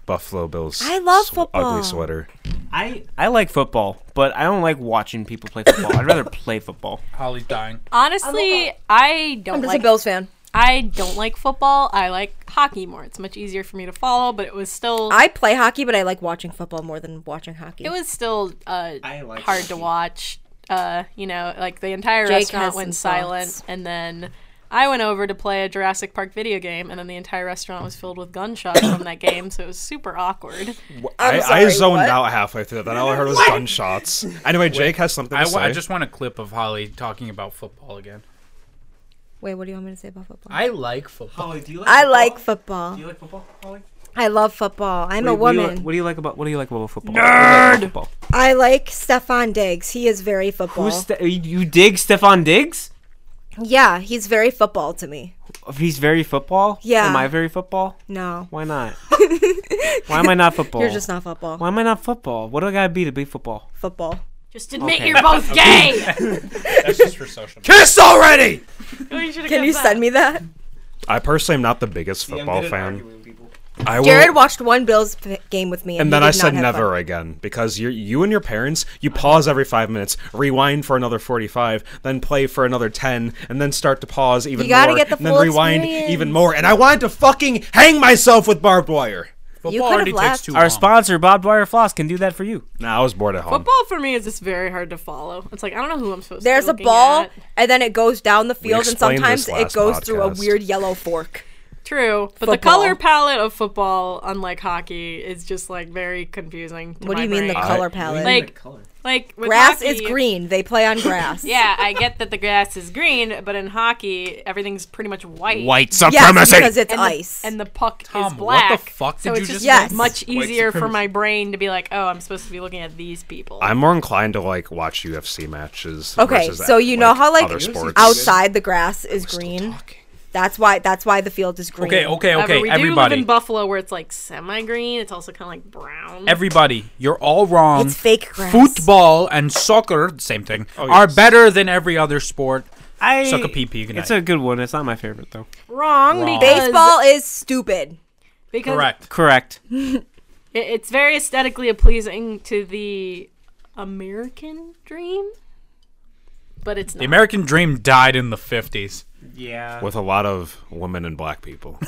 Buffalo Bills
I love
sw-
football.
ugly sweater.
I I like football, but I don't like watching people play football. I'd (coughs) rather play football.
Holly's dying.
Uh,
honestly, I don't
I'm just
like
a Bills fan.
I don't like football. I like hockey more. It's much easier for me to follow, but it was still
I play hockey, but I like watching football more than watching hockey.
it was still uh,
I like
hard to
hockey.
watch. Uh, you know, like the entire
Jake has
restaurant
some
went silent,
thoughts.
and then I went over to play a Jurassic Park video game, and then the entire restaurant was filled with gunshots from that game, so it was super awkward.
I, I
sorry,
zoned
what?
out halfway through. Then all I
(laughs)
heard was gunshots. Anyway, Jake has something to
I,
say.
wa- I just want a clip of Holly talking about football again.
Wait, what do you want me to say about football?
I like football.
do you like?
I like football.
you like football, Holly?
I love football. I'm a
What do you-
woman.
What do you like about What do you like about football? Nerd.
I like Stefan Diggs. He is very football.
Who's Ste- you, you dig Stefan Diggs?
yeah, he's very football to me.
He's very football.
Yeah.
Am I very football?
No, (laughs)
Why not? Why am I not football?
you're just not football.
Why am I not football? What do I gotta be to be football?
Football.
Just admit you're both gay.
That's just for social. media.
Kiss already!
Can you send me that?
I personally am not the biggest football fan. I will,
Jared watched one Bills f- game with me, and,
and
he
then
did
I
not
said
have
never
fun.
again because you you and your parents you pause every five minutes, rewind for another forty five, then play for another ten, and then start to pause even
You gotta
more,
get the
and then
full
rewind
experience.
even more. And I wanted to fucking hang myself with barbed wire.
You
Football
could've
already takes
left.
too long.
Our sponsor, Bob Dwyer Floss, can do that for you.
Nah, I was bored at home.
Football for me is just very hard to follow. It's like I don't know who I'm supposed
There's
to
a
be looking
ball,
at.
and then it goes down the field, and
explained
sometimes
this
it
last
goes through a
podcast.
weird yellow fork.
True, but the
Football.
color palette of football, unlike hockey, is just like very confusing. To
What do
my
you mean the
brain.
color palette?
Like, like with
grass
hockey,
is green. They play on grass.
(laughs) Yeah, I get that the grass is green, but in hockey, everything's pretty much
(laughs)
white.
White
Yes,
supremacy.
because it's
and
ice.
The, and the puck
Tom,
is
what
black.
the fuck
so
did
it's
you just
just
Yes.
much easier for
supremacy.
my brain to be like, oh, I'm supposed to be looking at these people.
I'm more inclined to like watch UFC matches.
okay,
versus,
so you know how like
other sports.
outside the grass is green. That's why. That's why the field is green.
Okay, okay,
However,
okay,
we do live
everybody.
in Buffalo where it's like semi-green. It's also kind of like brown.
Everybody, you're all wrong.
um,
It's fake grass.
Football and soccer, same thing, are
Oh, yes.
better than every other sport.
I
Suck a pee pee, good
It's
night.
a good one. It's not my favorite though.
wrong,
Wrong.
because
Baseball is stupid.
because
Correct.
Correct.
it- it's very aesthetically pleasing to the American dream, but it's
The
not.
American dream died in the 50s.
Yeah.
with a lot of women and black people.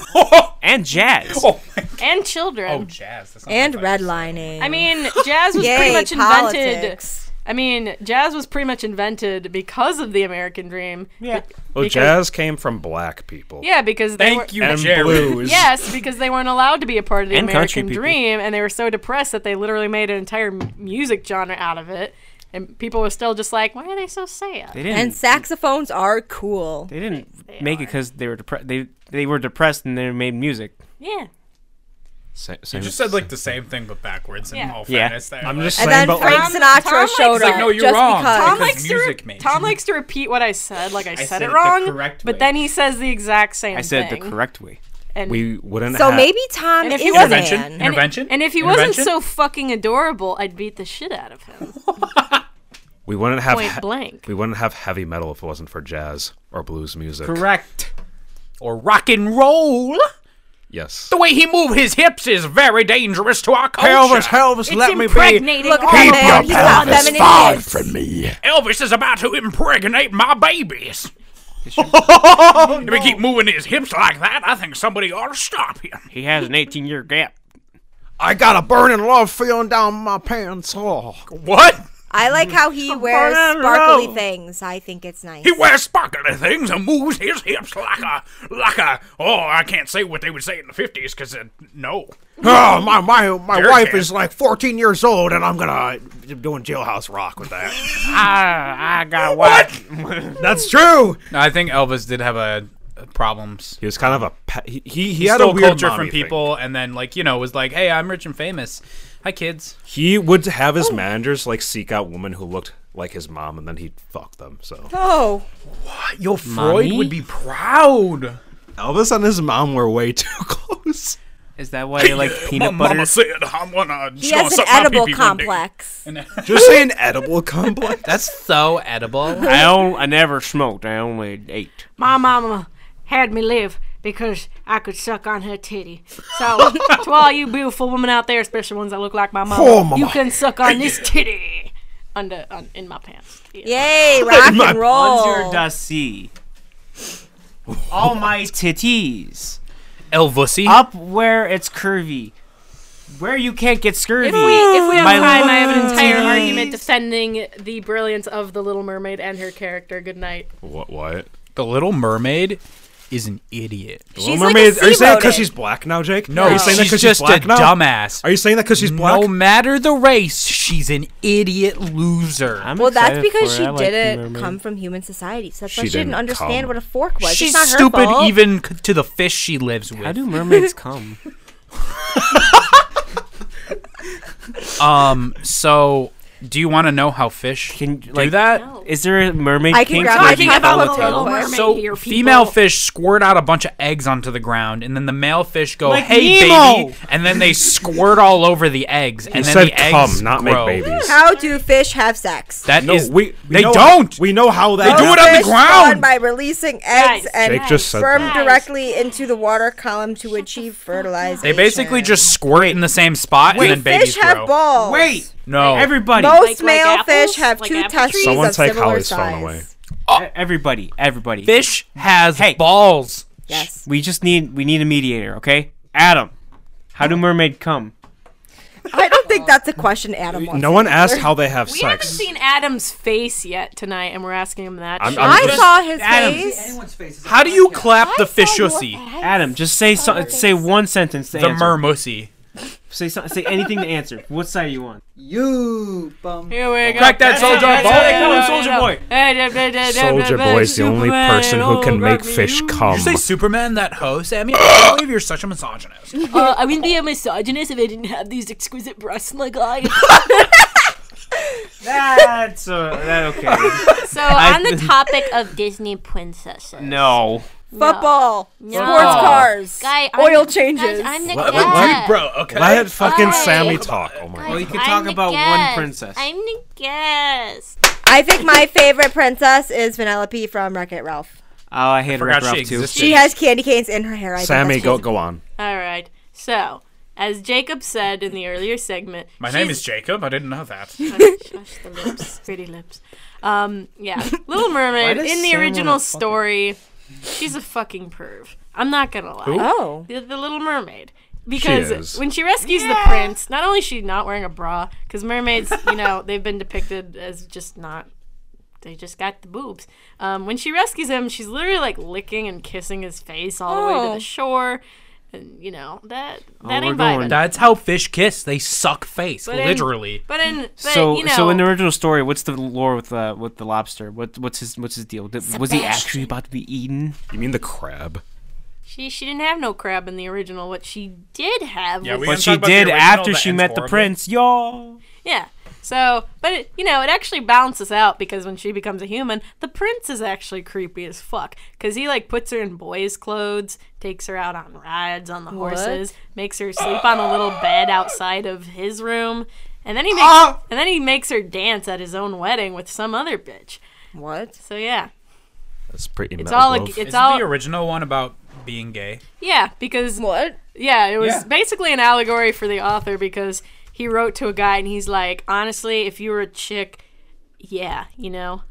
And jazz.
(laughs)
and children.
Oh,
jazz. That's not
And redlining.
I mean,
(laughs)
jazz was
Yay,
pretty much invented.
politics.
I mean, jazz was pretty much invented because of the American dream.
Yeah.
Well,
Because-
Oh, jazz came from black people.
Yeah, because they were,
Thank you,
And
Jared. (laughs)
blues.
Yes, because they weren't allowed to be a part of the
And country
American
people.
dream, and they were so depressed that they literally made an entire m- music genre out of it. And people were still just like, "Why are they so sad?"
They didn't.
and saxophones are cool.
they didn't make it because they were depressed. They they were depressed and they made music.
Yeah,
Sa-
You
same-
just said (laughs) like the same thing but backwards.
Yeah.
And all
Yeah.
fairness there.
I'm
Like,
just
And then
saying, but
Frank
like,
Sinatra
Tom likes-
showed
like,
up
no, you're
just
wrong.
because.
Tom
Because
likes to
music
re-
made
Tom
you-
likes to repeat what I said, like I said,
said
it
it the
wrong,
correct
but
way.
then he says the exact same
I said it
thing.
the correct way.
and
we wouldn't.
so
have-
maybe Tom
And if
is
he
a
wasn't-
intervention.
man.
and,
intervention.
and if he
Intervention?
wasn't so fucking adorable, I'd beat the shit out of him.
we wouldn't have
Point
he-
blank.
We wouldn't have heavy metal if it wasn't for jazz or blues music.
Correct.
or rock and roll.
Yes.
The way he moved his hips is very dangerous to our culture.
Elvis,
it's impregnating.
Look
all
at that
of
man. He's got feminine gifts.
me.
Elvis is about to impregnate my babies. (laughs) If he keep moving his hips like that, I think somebody ought to stop him.
He has an 18 year gap.
I got a burning love feeling down my pants. Oh.
What?
I like how he wears
Burn it
sparkly
low.
things. I think it's nice.
He wears sparkly things and moves his hips like a, like a. Oh, I can't say what they would say in the fifties, cause uh, no.
Oh, my my my
Your
wife
pants.
is like 14 years old, and I'm gonna I'm doing jailhouse rock with that.
Uh,
I, I got what?
That's true.
I think Elvis did have a problems.
He was kind of a pe- he he, he
He
had a
stole
weird
culture
mommy
from
thing.
people, and then like you know was like, hey, I'm rich and famous. Hi, kids.
He would have
Oh.
his managers like seek out women who looked like his mom, and then he'd fuck them.
(laughs)
So
oh,
Yo, Freud
Mommy?
would be proud.
Elvis and his mom were way (laughs) too close.
Is that why you (laughs) like peanut butter?
said I'm gonna.
he has an edible complex.
Just say an (laughs) edible complex.
That's so edible.
I don't. I never smoked. I only ate.
My mama had me live because I could suck on her titty.
(laughs)
So,
to all you beautiful women out there, especially ones that look like my mom,
Oh, mama.
you can suck on this titty under on, in my pants. Yeah.
Yay, rock and roll.
Underdusty. All my titties.
Elvisy.
Up where it's curvy. Where you can't get scurvy.
If we, if we have
My
time, I have an
lord.
entire argument defending the brilliance of the Little Mermaid and her character. Good night.
What? What?
The Little Mermaid is an idiot.
She's
Little
like
Mermaid-
a
are you saying
sea
because she's black now, Jake?
No,
are you saying that
she's
'cause
just
she's black
a
now?
dumbass.
Are you saying that because she's black?
No matter the race, she's an idiot loser.
I'm
Well, that's
excited
because
for
she
it. I like
didn't
Mermaid.
come from human society. So that's
She
why she didn't
didn't
understand
come.
what a fork was.
she's
it's not her
stupid
fault.
even c- to the fish she lives with.
(laughs)
How do mermaids come?
Um, so do you want to know how fish
Can
do
like
that?
Is there a mermaid?
I can
kink
grab
where
my
you
king
can
by
follow
the
tail?
little mermaid
So
here,
female
people.
fish squirt out a bunch of eggs onto the ground, and then the male fish go,
Like
"Hey,
Nemo!"
baby," and then they squirt all over the eggs, and then
said
the eggs
come, not
grow.
make babies.
How do fish have sex?
That
No,
is-
we, we
they
know-
don't.
We know how that.
They do it on the
Fish
ground.
spawn by releasing
Guys,
eggs and
Jake just said
sperm
that.
directly into the water column to achieve fertilization.
they basically just squirt in the same spot, and then
fish
babies
have
grow.
balls.
Wait,
No,
everybody,
Like- like
Most male
apples?
fish have
Like
two
apple
testes
trees?
Someone
of
take
similar
Holly's phone
size.
away.
e- everybody, everybody.
fish has
Hey.
balls.
Yes.
We just need we need a mediator, okay? Adam, how do mermaid come?
I don't think that's a question Adam wants.
No one asked how they have
We haven't
sex.
seen Adam's face yet tonight, and we're asking him that.
I'm-
shit.
I'm-
I
just-
saw his
Adam.
face.
How do you clap the fishussy,
Adam, just say so, say one sentence to
the
answer.
mermussy?
Say so, say anything
(laughs)
to answer. What side are you on?
You bum.
Here we go.
Crack that Soldier
That's
Boy.
how they
Hey,
call him,
hey, hey,
Soldier Boy's the only
Superman,
person who
oh,
can make
rock me.
fish come.
Did you say Superman that hoe, Sammy? I can't believe you're such a misogynist.
Uh, I wouldn't be a misogynist if I didn't have these exquisite breasts like I.
That's uh, that okay.
(laughs) So
I- (laughs)
on the topic of Disney princesses.
No.
Football, sports cars,
Guy, I'm
oil
the-
changes.
Guys, I'm the
What- what-
guest.
what-
Bro, okay.
Let fucking
Why?
Sammy talk. Oh
Guys,
my god.
Well, you can
I'm
talk
the
about one
guest.
princess.
I'm the guest.
I think my favorite princess is Vanellope from Wreck It Ralph.
Oh, I hate
forgot
Wreck
she
Ralph too.
existed.
She has candy canes in her hair. I think
Sammy,
that's
go
awesome.
go on.
(laughs) All right. So, as Jacob said in the earlier segment,
My
she's-
name is Jacob. I didn't know that. (laughs)
Shush the lips, pretty lips. Um, yeah, Little Mermaid
does
in the
Sam
original
wanna fuck it?
story, she's a fucking perv. I'm not gonna lie.
Oh,
The, the Little Mermaid. Because
is.
when she rescues the prince, not only is she not wearing a bra, because mermaids, you know, they've been depicted as just not. They just got the boobs. Um, when she rescues him, she's literally like licking and kissing his face all the way to
Oh.
the shore, and you know that that
Oh, we're
ain't
going
vibing.
That's how fish kiss. They suck face,
in-
literally.
But in but,
So,
you know,
so in the original story, what's the lore with uh, with the lobster? What what's his what's his deal? Did- was he actually about to be eaten?
You mean the crab?
She she didn't have no crab in the original. What she did have
Yeah,
was
we
But
can
she
talk about the
did
original
after
that
she
ends
met the
horribly.
prince, y'all.
yeah. So, but it, you know, it actually balances out because when she becomes a human, the prince is actually creepy as fuck because he like puts her in boys' clothes, takes her out on rides on the horses, makes her sleep on a little bed outside of his room, and then he makes and then he makes her dance at his own wedding with some other bitch.
what?
So yeah,
That's pretty.
it's all a, it's
Is
all
the original one about being gay?
yeah because
What?
Yeah, it was
Yeah.
basically an allegory for the author because he wrote to a guy and he's like, honestly, if you were a chick, yeah, you know,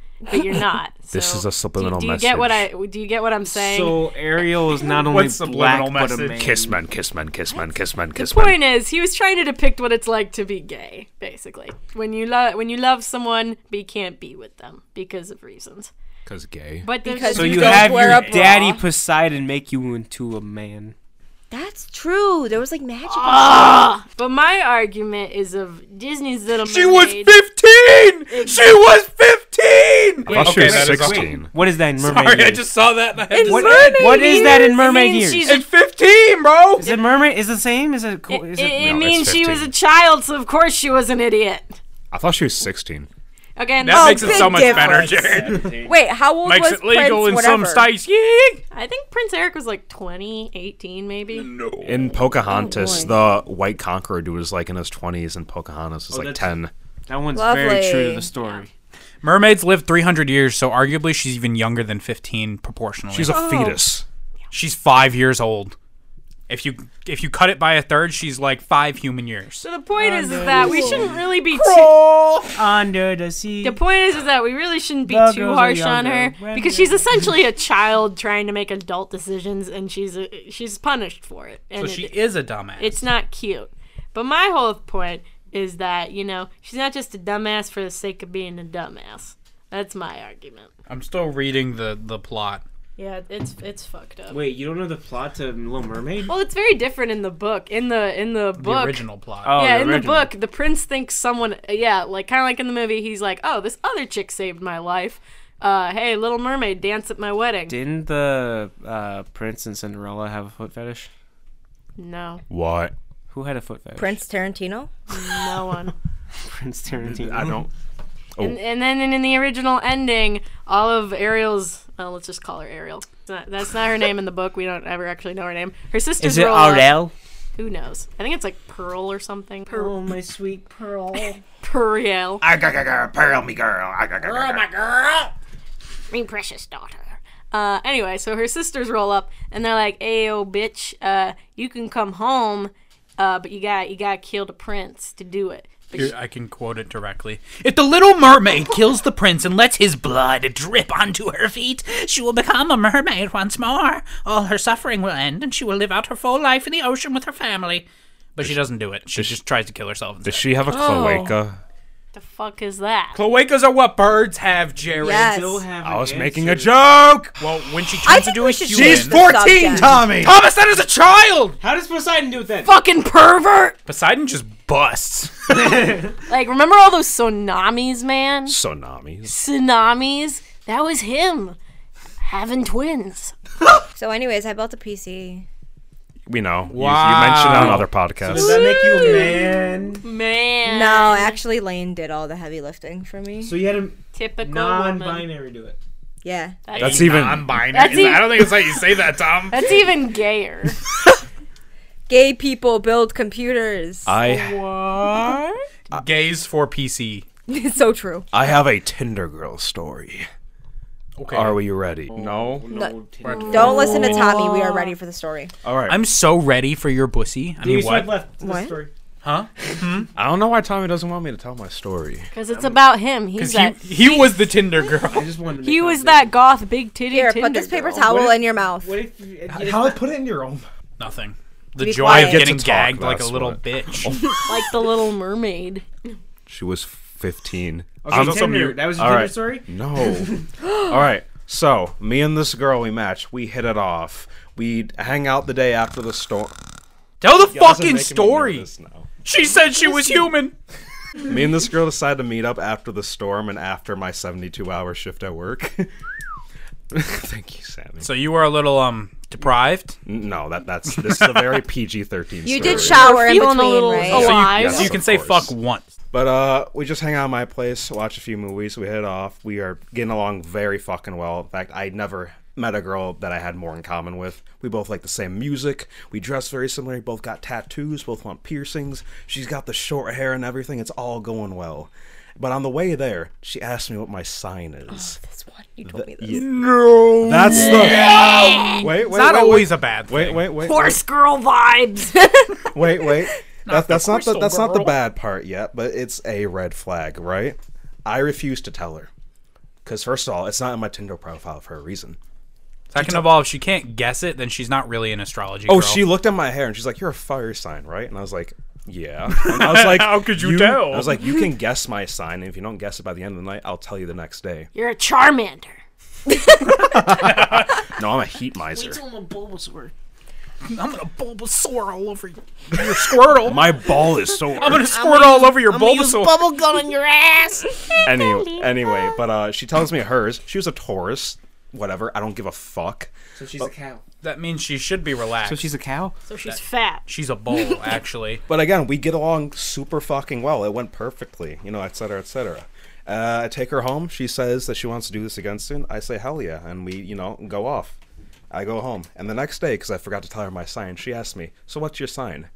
(laughs)
but you're not.
This
So,
is a subliminal
do, you- do you Get what
message.
I do you get what I'm saying?
So Ariel is not only
What's the
black
subliminal
but a
message?
man.
kiss man, kiss man, kiss man, kiss man, kiss man.
Point is, he was trying to depict what it's like to be gay, basically. When you love when you love someone, but you can't be with them because of reasons.
Because gay.
But there's
Because
So
You
you
don't
have
wear
your
a bra.
daddy Poseidon make you into a man.
That's true. There was like magic.
but my argument is of Disney's Little Mermaid.
She was 15! She was 15!
I thought she
Okay,
was
that is awesome.
sixteen.
What is that in mermaid?
Sorry, I
years?
just saw that. And I had to
what,
say it.
what is that in
It
mermaid
means
years?
she's
It's 15, bro!
is it mermaid? Is it the same? Is it?
It,
Cool? Is
it- it
No, it's
means she was a
15.
child, so of course she was an idiot.
I thought she was sixteen.
Again,
That
Oh,
makes it so
big
much
difference.
better, Jared.
Wait, how old
makes
was
it legal
Prince
in some
whatever?
states. Yeah.
I think Prince Eric was like 20, 18 maybe.
In Pocahontas,
Oh,
the white conqueror dude was like in his twenties, and Pocahontas was like
that's-
ten.
That one's
Lovely.
very true to the story.
Mermaids live 300 years, so arguably she's even younger than 15 proportionally.
She's a
Oh.
fetus.
she's five years old. If you if you cut it by a third, she's like five human years.
So the point is, is that we shouldn't really be too.
Oh, under the sea.
The point is, is that we really shouldn't be
The
too
girls are
harsh on her
younger when
because
they're
she's essentially a child trying to make adult decisions, and she's a, she's punished for it. And
So
it-
she is a dumbass.
it's not cute. But my whole point is that you know she's not just a dumbass for the sake of being a dumbass. That's my argument.
I'm still reading the the plot.
Yeah, it's it's fucked up.
Wait, you don't know the plot to Little Mermaid?
Well, it's very different in the book. In the in the
The
book, Uh,
original plot.
Oh,
yeah,
the
in the
original.
book, the prince thinks someone, yeah, like kind of like in the movie, he's like, oh, this other chick saved my life. Uh, hey, Little Mermaid, dance at my wedding.
Didn't the uh, Prince and Cinderella have a foot fetish?
No.
What?
Who had a foot fetish?
Prince Tarantino?
No one.
Prince Tarantino.
I don't. Oh.
And, and then in, in the original ending, all of Ariel's, well, let's just call her Ariel. It's not- that's not her name in the book. We don't ever actually know her name. Her sister's roll up. Who knows? I think it's like Pearl or something. Pearl, my sweet Pearl. (laughs) Pearl.
I got girl, pearl me girl. Ah, I got girl.
Oh, my girl. Me precious daughter. Uh, anyway, so her sisters roll up and they're like, "Ayo, bitch, uh, you can come home, uh, but you got you got to kill the prince to do it." But
Here, I can quote it directly. If the little mermaid kills the prince and lets his blood drip onto her feet, she will become a mermaid once more. All her suffering will end, and she will live out her full life in the ocean with her family. But she doesn't do it. She just tries to kill herself.
Does she have a
Oh.
cloaca?
the fuck is that?
Cloacas are what birds have, Jared.
Yes.
I was making a joke.
Well, when she turns into a human,
She's 14, Tommy.
Thomas, that is a child.
How does Poseidon do it then?
Fucking pervert!
Poseidon just busts.
Like, remember all those tsunamis, man?
Tsunamis.
Tsunamis? That was him having twins.
So, anyways, I built a PC.
We know. You- You,
Wow.
mentioned it on other podcasts.
that make you a man?
Man.
No, actually, Lane did all the heavy lifting for me.
you had a
Typical woman.
do it.
yeah.
That's even.
non-binary.
That's e-
I don't think it's how you say that,
(laughs)
Tom.
That's even gayer.
Gay people build computers.
Uh, I
what?
Gays for PC.
it's (laughs) so true.
I have a Tinder girl story.
Okay.
Are we ready? No.
No, don't listen to Tommy. We are ready for the story.
All right.
I'm so ready for your bussy. I mean, what?
left.
What?
Huh?
I don't know why Tommy doesn't want me to tell my story.
Because it's about him.
Because
He's that. He,
Um, he, he was the Tinder girl.
I just wanted. To
was that goth big titty.
Here,
Tinder
put this paper
girl.
towel
What-
in your mouth.
if you,
How I put it in your own.
Nothing. The
Be
joy
quiet.
of
Get to
getting
talk,
gagged like a
that's
little
what-
bitch.
like
(laughs)
the Little Mermaid.
She was 15.
That was
your All Tinder right.
story.
(laughs) No. All right. So, me and this girl we match, we hit it off. We hang out the day after the storm.
Tell the fucking story. She said she was human.
Me and this girl decided to meet up after the storm and after my 72 hour shift at work. (laughs) Thank you, Sammy.
So you were a little um deprived.
No, that that's this is a (laughs) very PG 13
You did shower in
Feeling
between,
a little
right?
So you,
alive.
so you
Yes,
can
of
say
course.
fuck once.
But uh, we just hang out at my place, watch a few movies. We hit it off. We are getting along very fucking well. In fact, I never met a girl that I had more in common with. We both like the same music. We dress very similar. We both got tattoos. Both want piercings. She's got the short hair and everything. It's all going well. But on the way there, she asked me what my sign is.
Oh, This one, you told me this.
No. That's the. Wait, wait,
Um, It's not
wait, wait.
always a bad thing.
Wait, wait, wait.
Horse girl vibes.
wait,
(laughs)
wait. That, that's not the
crystal
that's not the
girl.
bad part yet, but it's a red flag, right? I refuse to tell her because first of all, it's not in my Tinder profile for a reason.
Second of all, if she can't guess it, then she's not really an astrology.
Oh,
girl.
she looked at my hair and she's like, "You're a fire sign, right?" And I was like, (laughs) "Yeah." And I was like,
How could you tell?
I was like, "You can guess my sign, and if you don't guess it by the end of the night, I'll tell you the next day."
You're a Charmander.
No, I'm a heat miser.
I'm gonna Bulbasaur all over you. your Squirtle.
My ball is so.
I'm gonna squirt all over your Bulbasaur.
anyway, anyway, but uh, she tells me hers. She was a Taurus. Whatever. I don't give a fuck.
So she's a cow.
that means she should be relaxed.
So Oh. she's a cow.
So she's fat.
She's a bull,
(laughs)
actually.
But again, we get along super fucking well. It went perfectly, you know, et cetera, et cetera. Uh, I take her home. She says that she wants to do this again soon. I say hell yeah, and we, you know, go off. I go home, and the next day, because I forgot to tell her my sign, she asked me, "So what's your sign?"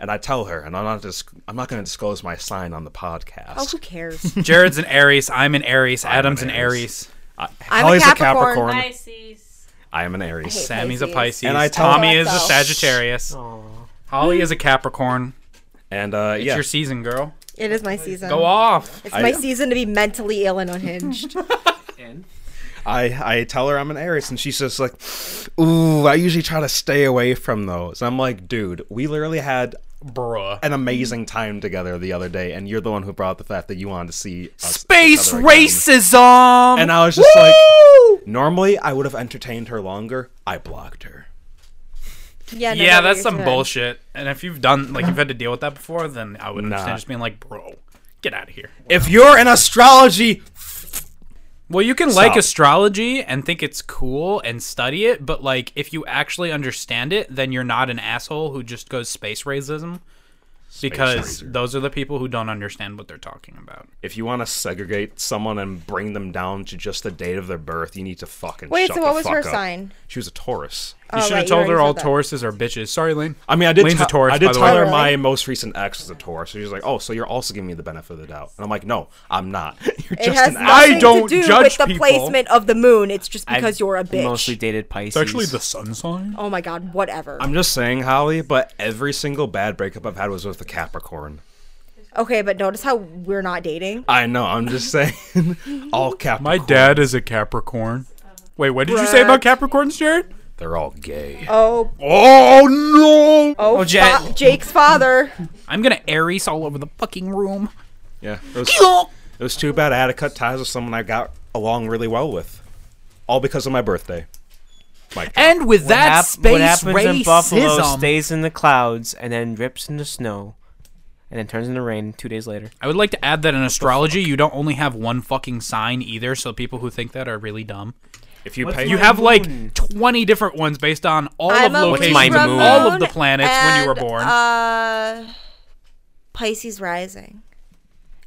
And I tell her, and I'm not dis- I'm not going to disclose my sign on the podcast.
Oh, who cares?
Jared's an Aries. I'm an Aries. Adam's an
an
Aries.
Aries.
I'm a
Holly's
Capricorn.
Pisces.
I am an Aries.
Sammy's a
Pisces.
Pisces.
And I tell-
Tommy is a
Myself.
Sagittarius. Holly is a Capricorn.
And uh,
It's
yeah,
your season, girl.
It is my season.
Go off.
It's
I-
my season to be mentally ill and unhinged.
I, I tell her I'm an Aries, and she's just like, "Ooh, I usually try to stay away from those." And I'm like, "Dude, we literally had
Bruh.
an amazing time together the other day, and you're the one who brought up the fact that you wanted to see us
Space um,
each other again.
racism.
And I was just like, normally I would have entertained her longer. I blocked her.
yeah, no,
yeah,
no,
that's
you're
some
good.
bullshit. And if you've done, like, you've had to deal with that before, then I would
Nah.
understand just being like, bro, get out of here.
If you're in astrology,
Well, you can like
Stop.
astrology and think it's cool and study it, but like if you actually understand it, then you're not an asshole who just goes space racism. Because
raiser.
those are the people who don't understand what they're talking about.
If you want to segregate someone and bring them down to just the date of their birth, you need to fucking
Wait,
Shut
so
the
what was
fuck
her
up.
sign?
She was a Taurus.
Oh,
you should have
right, you
told her
already
all
said
Tauruses
that.
are bitches. Sorry, Lane.
I mean, I did.
Lane's
tell-
a Taurus.
I did
by the
tell
way.
her my most recent ex is a Taurus. So she's like, "Oh, so you're also giving me the benefit of the doubt?" And I'm like, "No, I'm not. (laughs) You're
It
just
has
an
nothing
ass."
I don't
to do
judge
with the
people.
placement of the moon. It's just because you're a bitch.
Mostly dated Pisces.
sun sign.
oh my god, whatever.
I'm just saying, Holly. But every single bad breakup I've had was with a Capricorn.
okay, but notice how we're not dating.
I know. I'm just (laughs) saying, all Capricorn.
My dad is a Capricorn. Wait, what did you say about Capricorns, Jared?
They're all gay.
Oh,
Oh no!
oh,
Jet.
fa- Jake's father.
I'm gonna Aries all over the fucking room.
Yeah. It was, it was too bad. I had to cut ties with someone I got along really well with, all because of my birthday.
And with that
hap-
space
what happens
racism,
in Buffalo stays in the clouds and then rips into snow, and then turns into rain two days later.
I would like to add that in astrology, you don't only have one fucking sign either. So people who think that are really dumb.
If you
What's
pay,
You
My
have
moon.
like 20 different ones based on all
I'm
of
a
locations,
What's my moon?
all of the
Libra
planets when you were
and,
born.
Uh, Pisces rising.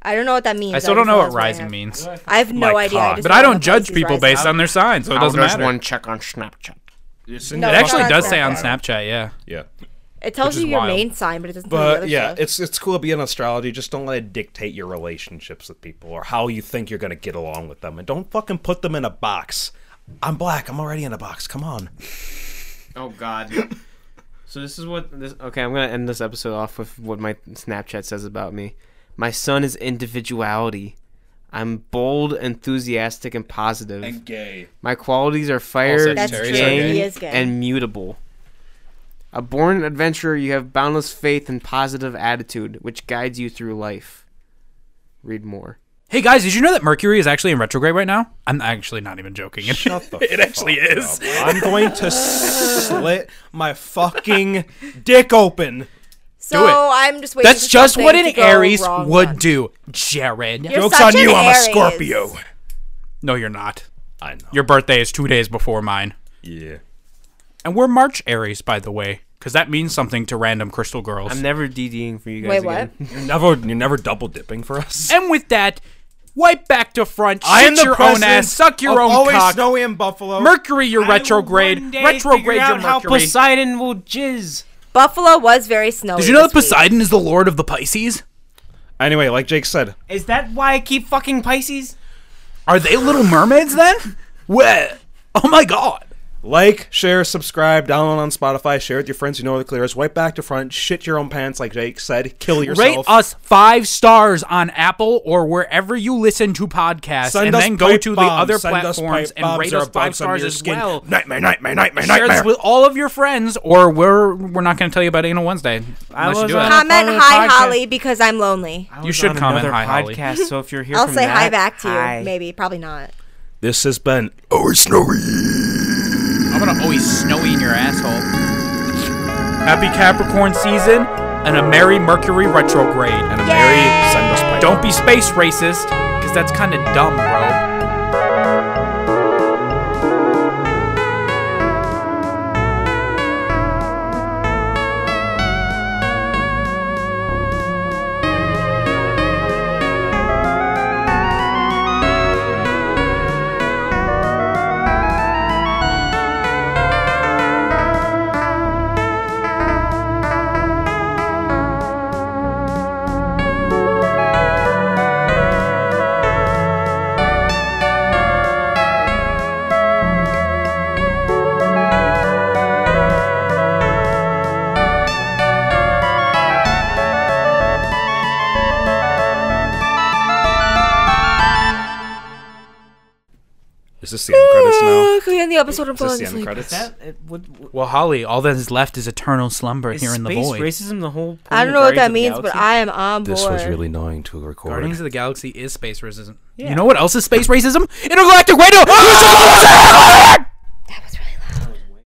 I don't know what that means.
I still
just
don't know what
that's I
rising
have.
means,
I have no
My
idea.
cock.
just
but I
know
don't
that
judge
Pisces
people
rising.
based on their sign,
Oh,
so it doesn't matter.
check on Snapchat?
No,
it
it's not
actually
on
does say on
Snapchat.
Snapchat, yeah.
yeah.
It tells
is
you your
wild.
main sign, but it doesn't. tell you the
But
other
yeah,
stuff.
it's it's cool to be in astrology. Just don't let it dictate your relationships with people or how you think you're gonna get along with them, and don't fucking put them in a box. I'm black. I'm already in a box. Come on.
Oh God.
(laughs)
so this is what this. Okay, I'm gonna end this episode off with what my Snapchat says about me. My son is individuality. I'm bold, enthusiastic, and positive.
gay.
My qualities are fire,
That's
true.
gang,
He is gay.
and mutable. A born adventurer, you have boundless faith and positive attitude, which guides you through life. Read more.
Hey guys, did you know that Mercury is actually in retrograde right now? I'm actually not even joking.
Shut (laughs) the
it actually
fuck
is.
up. I'm going to slit my fucking dick open.
so
it.
I'm just
(laughs)
waiting.
That's
for
just what
something
an
to go
Aries
wrong
would
on.
do, Jared.
You're
Jokes
such
on you.
an
I'm a
Aries.
Scorpio.
No, you're not.
I know.
Your birthday is two days before mine.
yeah.
And we're March Aries, by the way, because that means something to random crystal girls.
I'm never DDing for you
Wait,
guys
what?
(laughs)
again.
You're never you're never double dipping for us.
and with that, wipe back to front, shit your own
president
ass, suck your
of
own
always
cock.
snowy in Buffalo.
Mercury, your
(laughs)
retrograde. Retrograde your Mercury.
Poseidon will jizz.
Buffalo was very snowy.
Did you know that
this week.
Poseidon is the lord of the Pisces?
Anyway, like Jake said,
Is that why I keep fucking Pisces?
Are they little mermaids then? What? Oh my god.
like, share, subscribe, download on Spotify, share with your friends who know the clears, wipe back to front, shit your own pants like Jake said, kill
Rate
yourself.
us five stars on Apple or wherever you listen to podcasts,
Send
and
us
then go
pipe
to the
bombs,
other
send us
platforms
pipe
and
bombs
rate
or
us
bumps
five
on
stars
your
as
skin.
well.
Nightmare, nightmare, nightmare,
Share
nightmare.
this with all of your friends, or we're we're not going to tell you about Anal Wednesday unless you
was uh,
do it.
on a-
Comment
Follow the
hi
podcast.
Holly because I'm lonely.
I
You
was
should
on
comment,
another
"Hi, Holly."
podcast, so if you're here,
I'll
from
say hi
that,
back to you.
hi.
Maybe, probably not.
This has been our snowy.
I'm going to always snowy in your asshole. Happy Capricorn season and a Merry Mercury retrograde.
And a Mary send us pipe.
Don't be space racist, because that's kind of dumb, bro.
Is this the end credits now?
Look, we end the episode. I'm
Is this
falling
the end
asleep.
credits?
That, it, would, would,
Well, Holly, all that is left is eternal slumber
is
here in the
space
void.
racism the whole point
I
of
don't know what
Guardians
that
of the
means, but
Galaxy?
I am on board.
This was really annoying to record.
Guardians of the Galaxy is space racism.
Yeah.
You know what else is space racism? Intergalactic radio.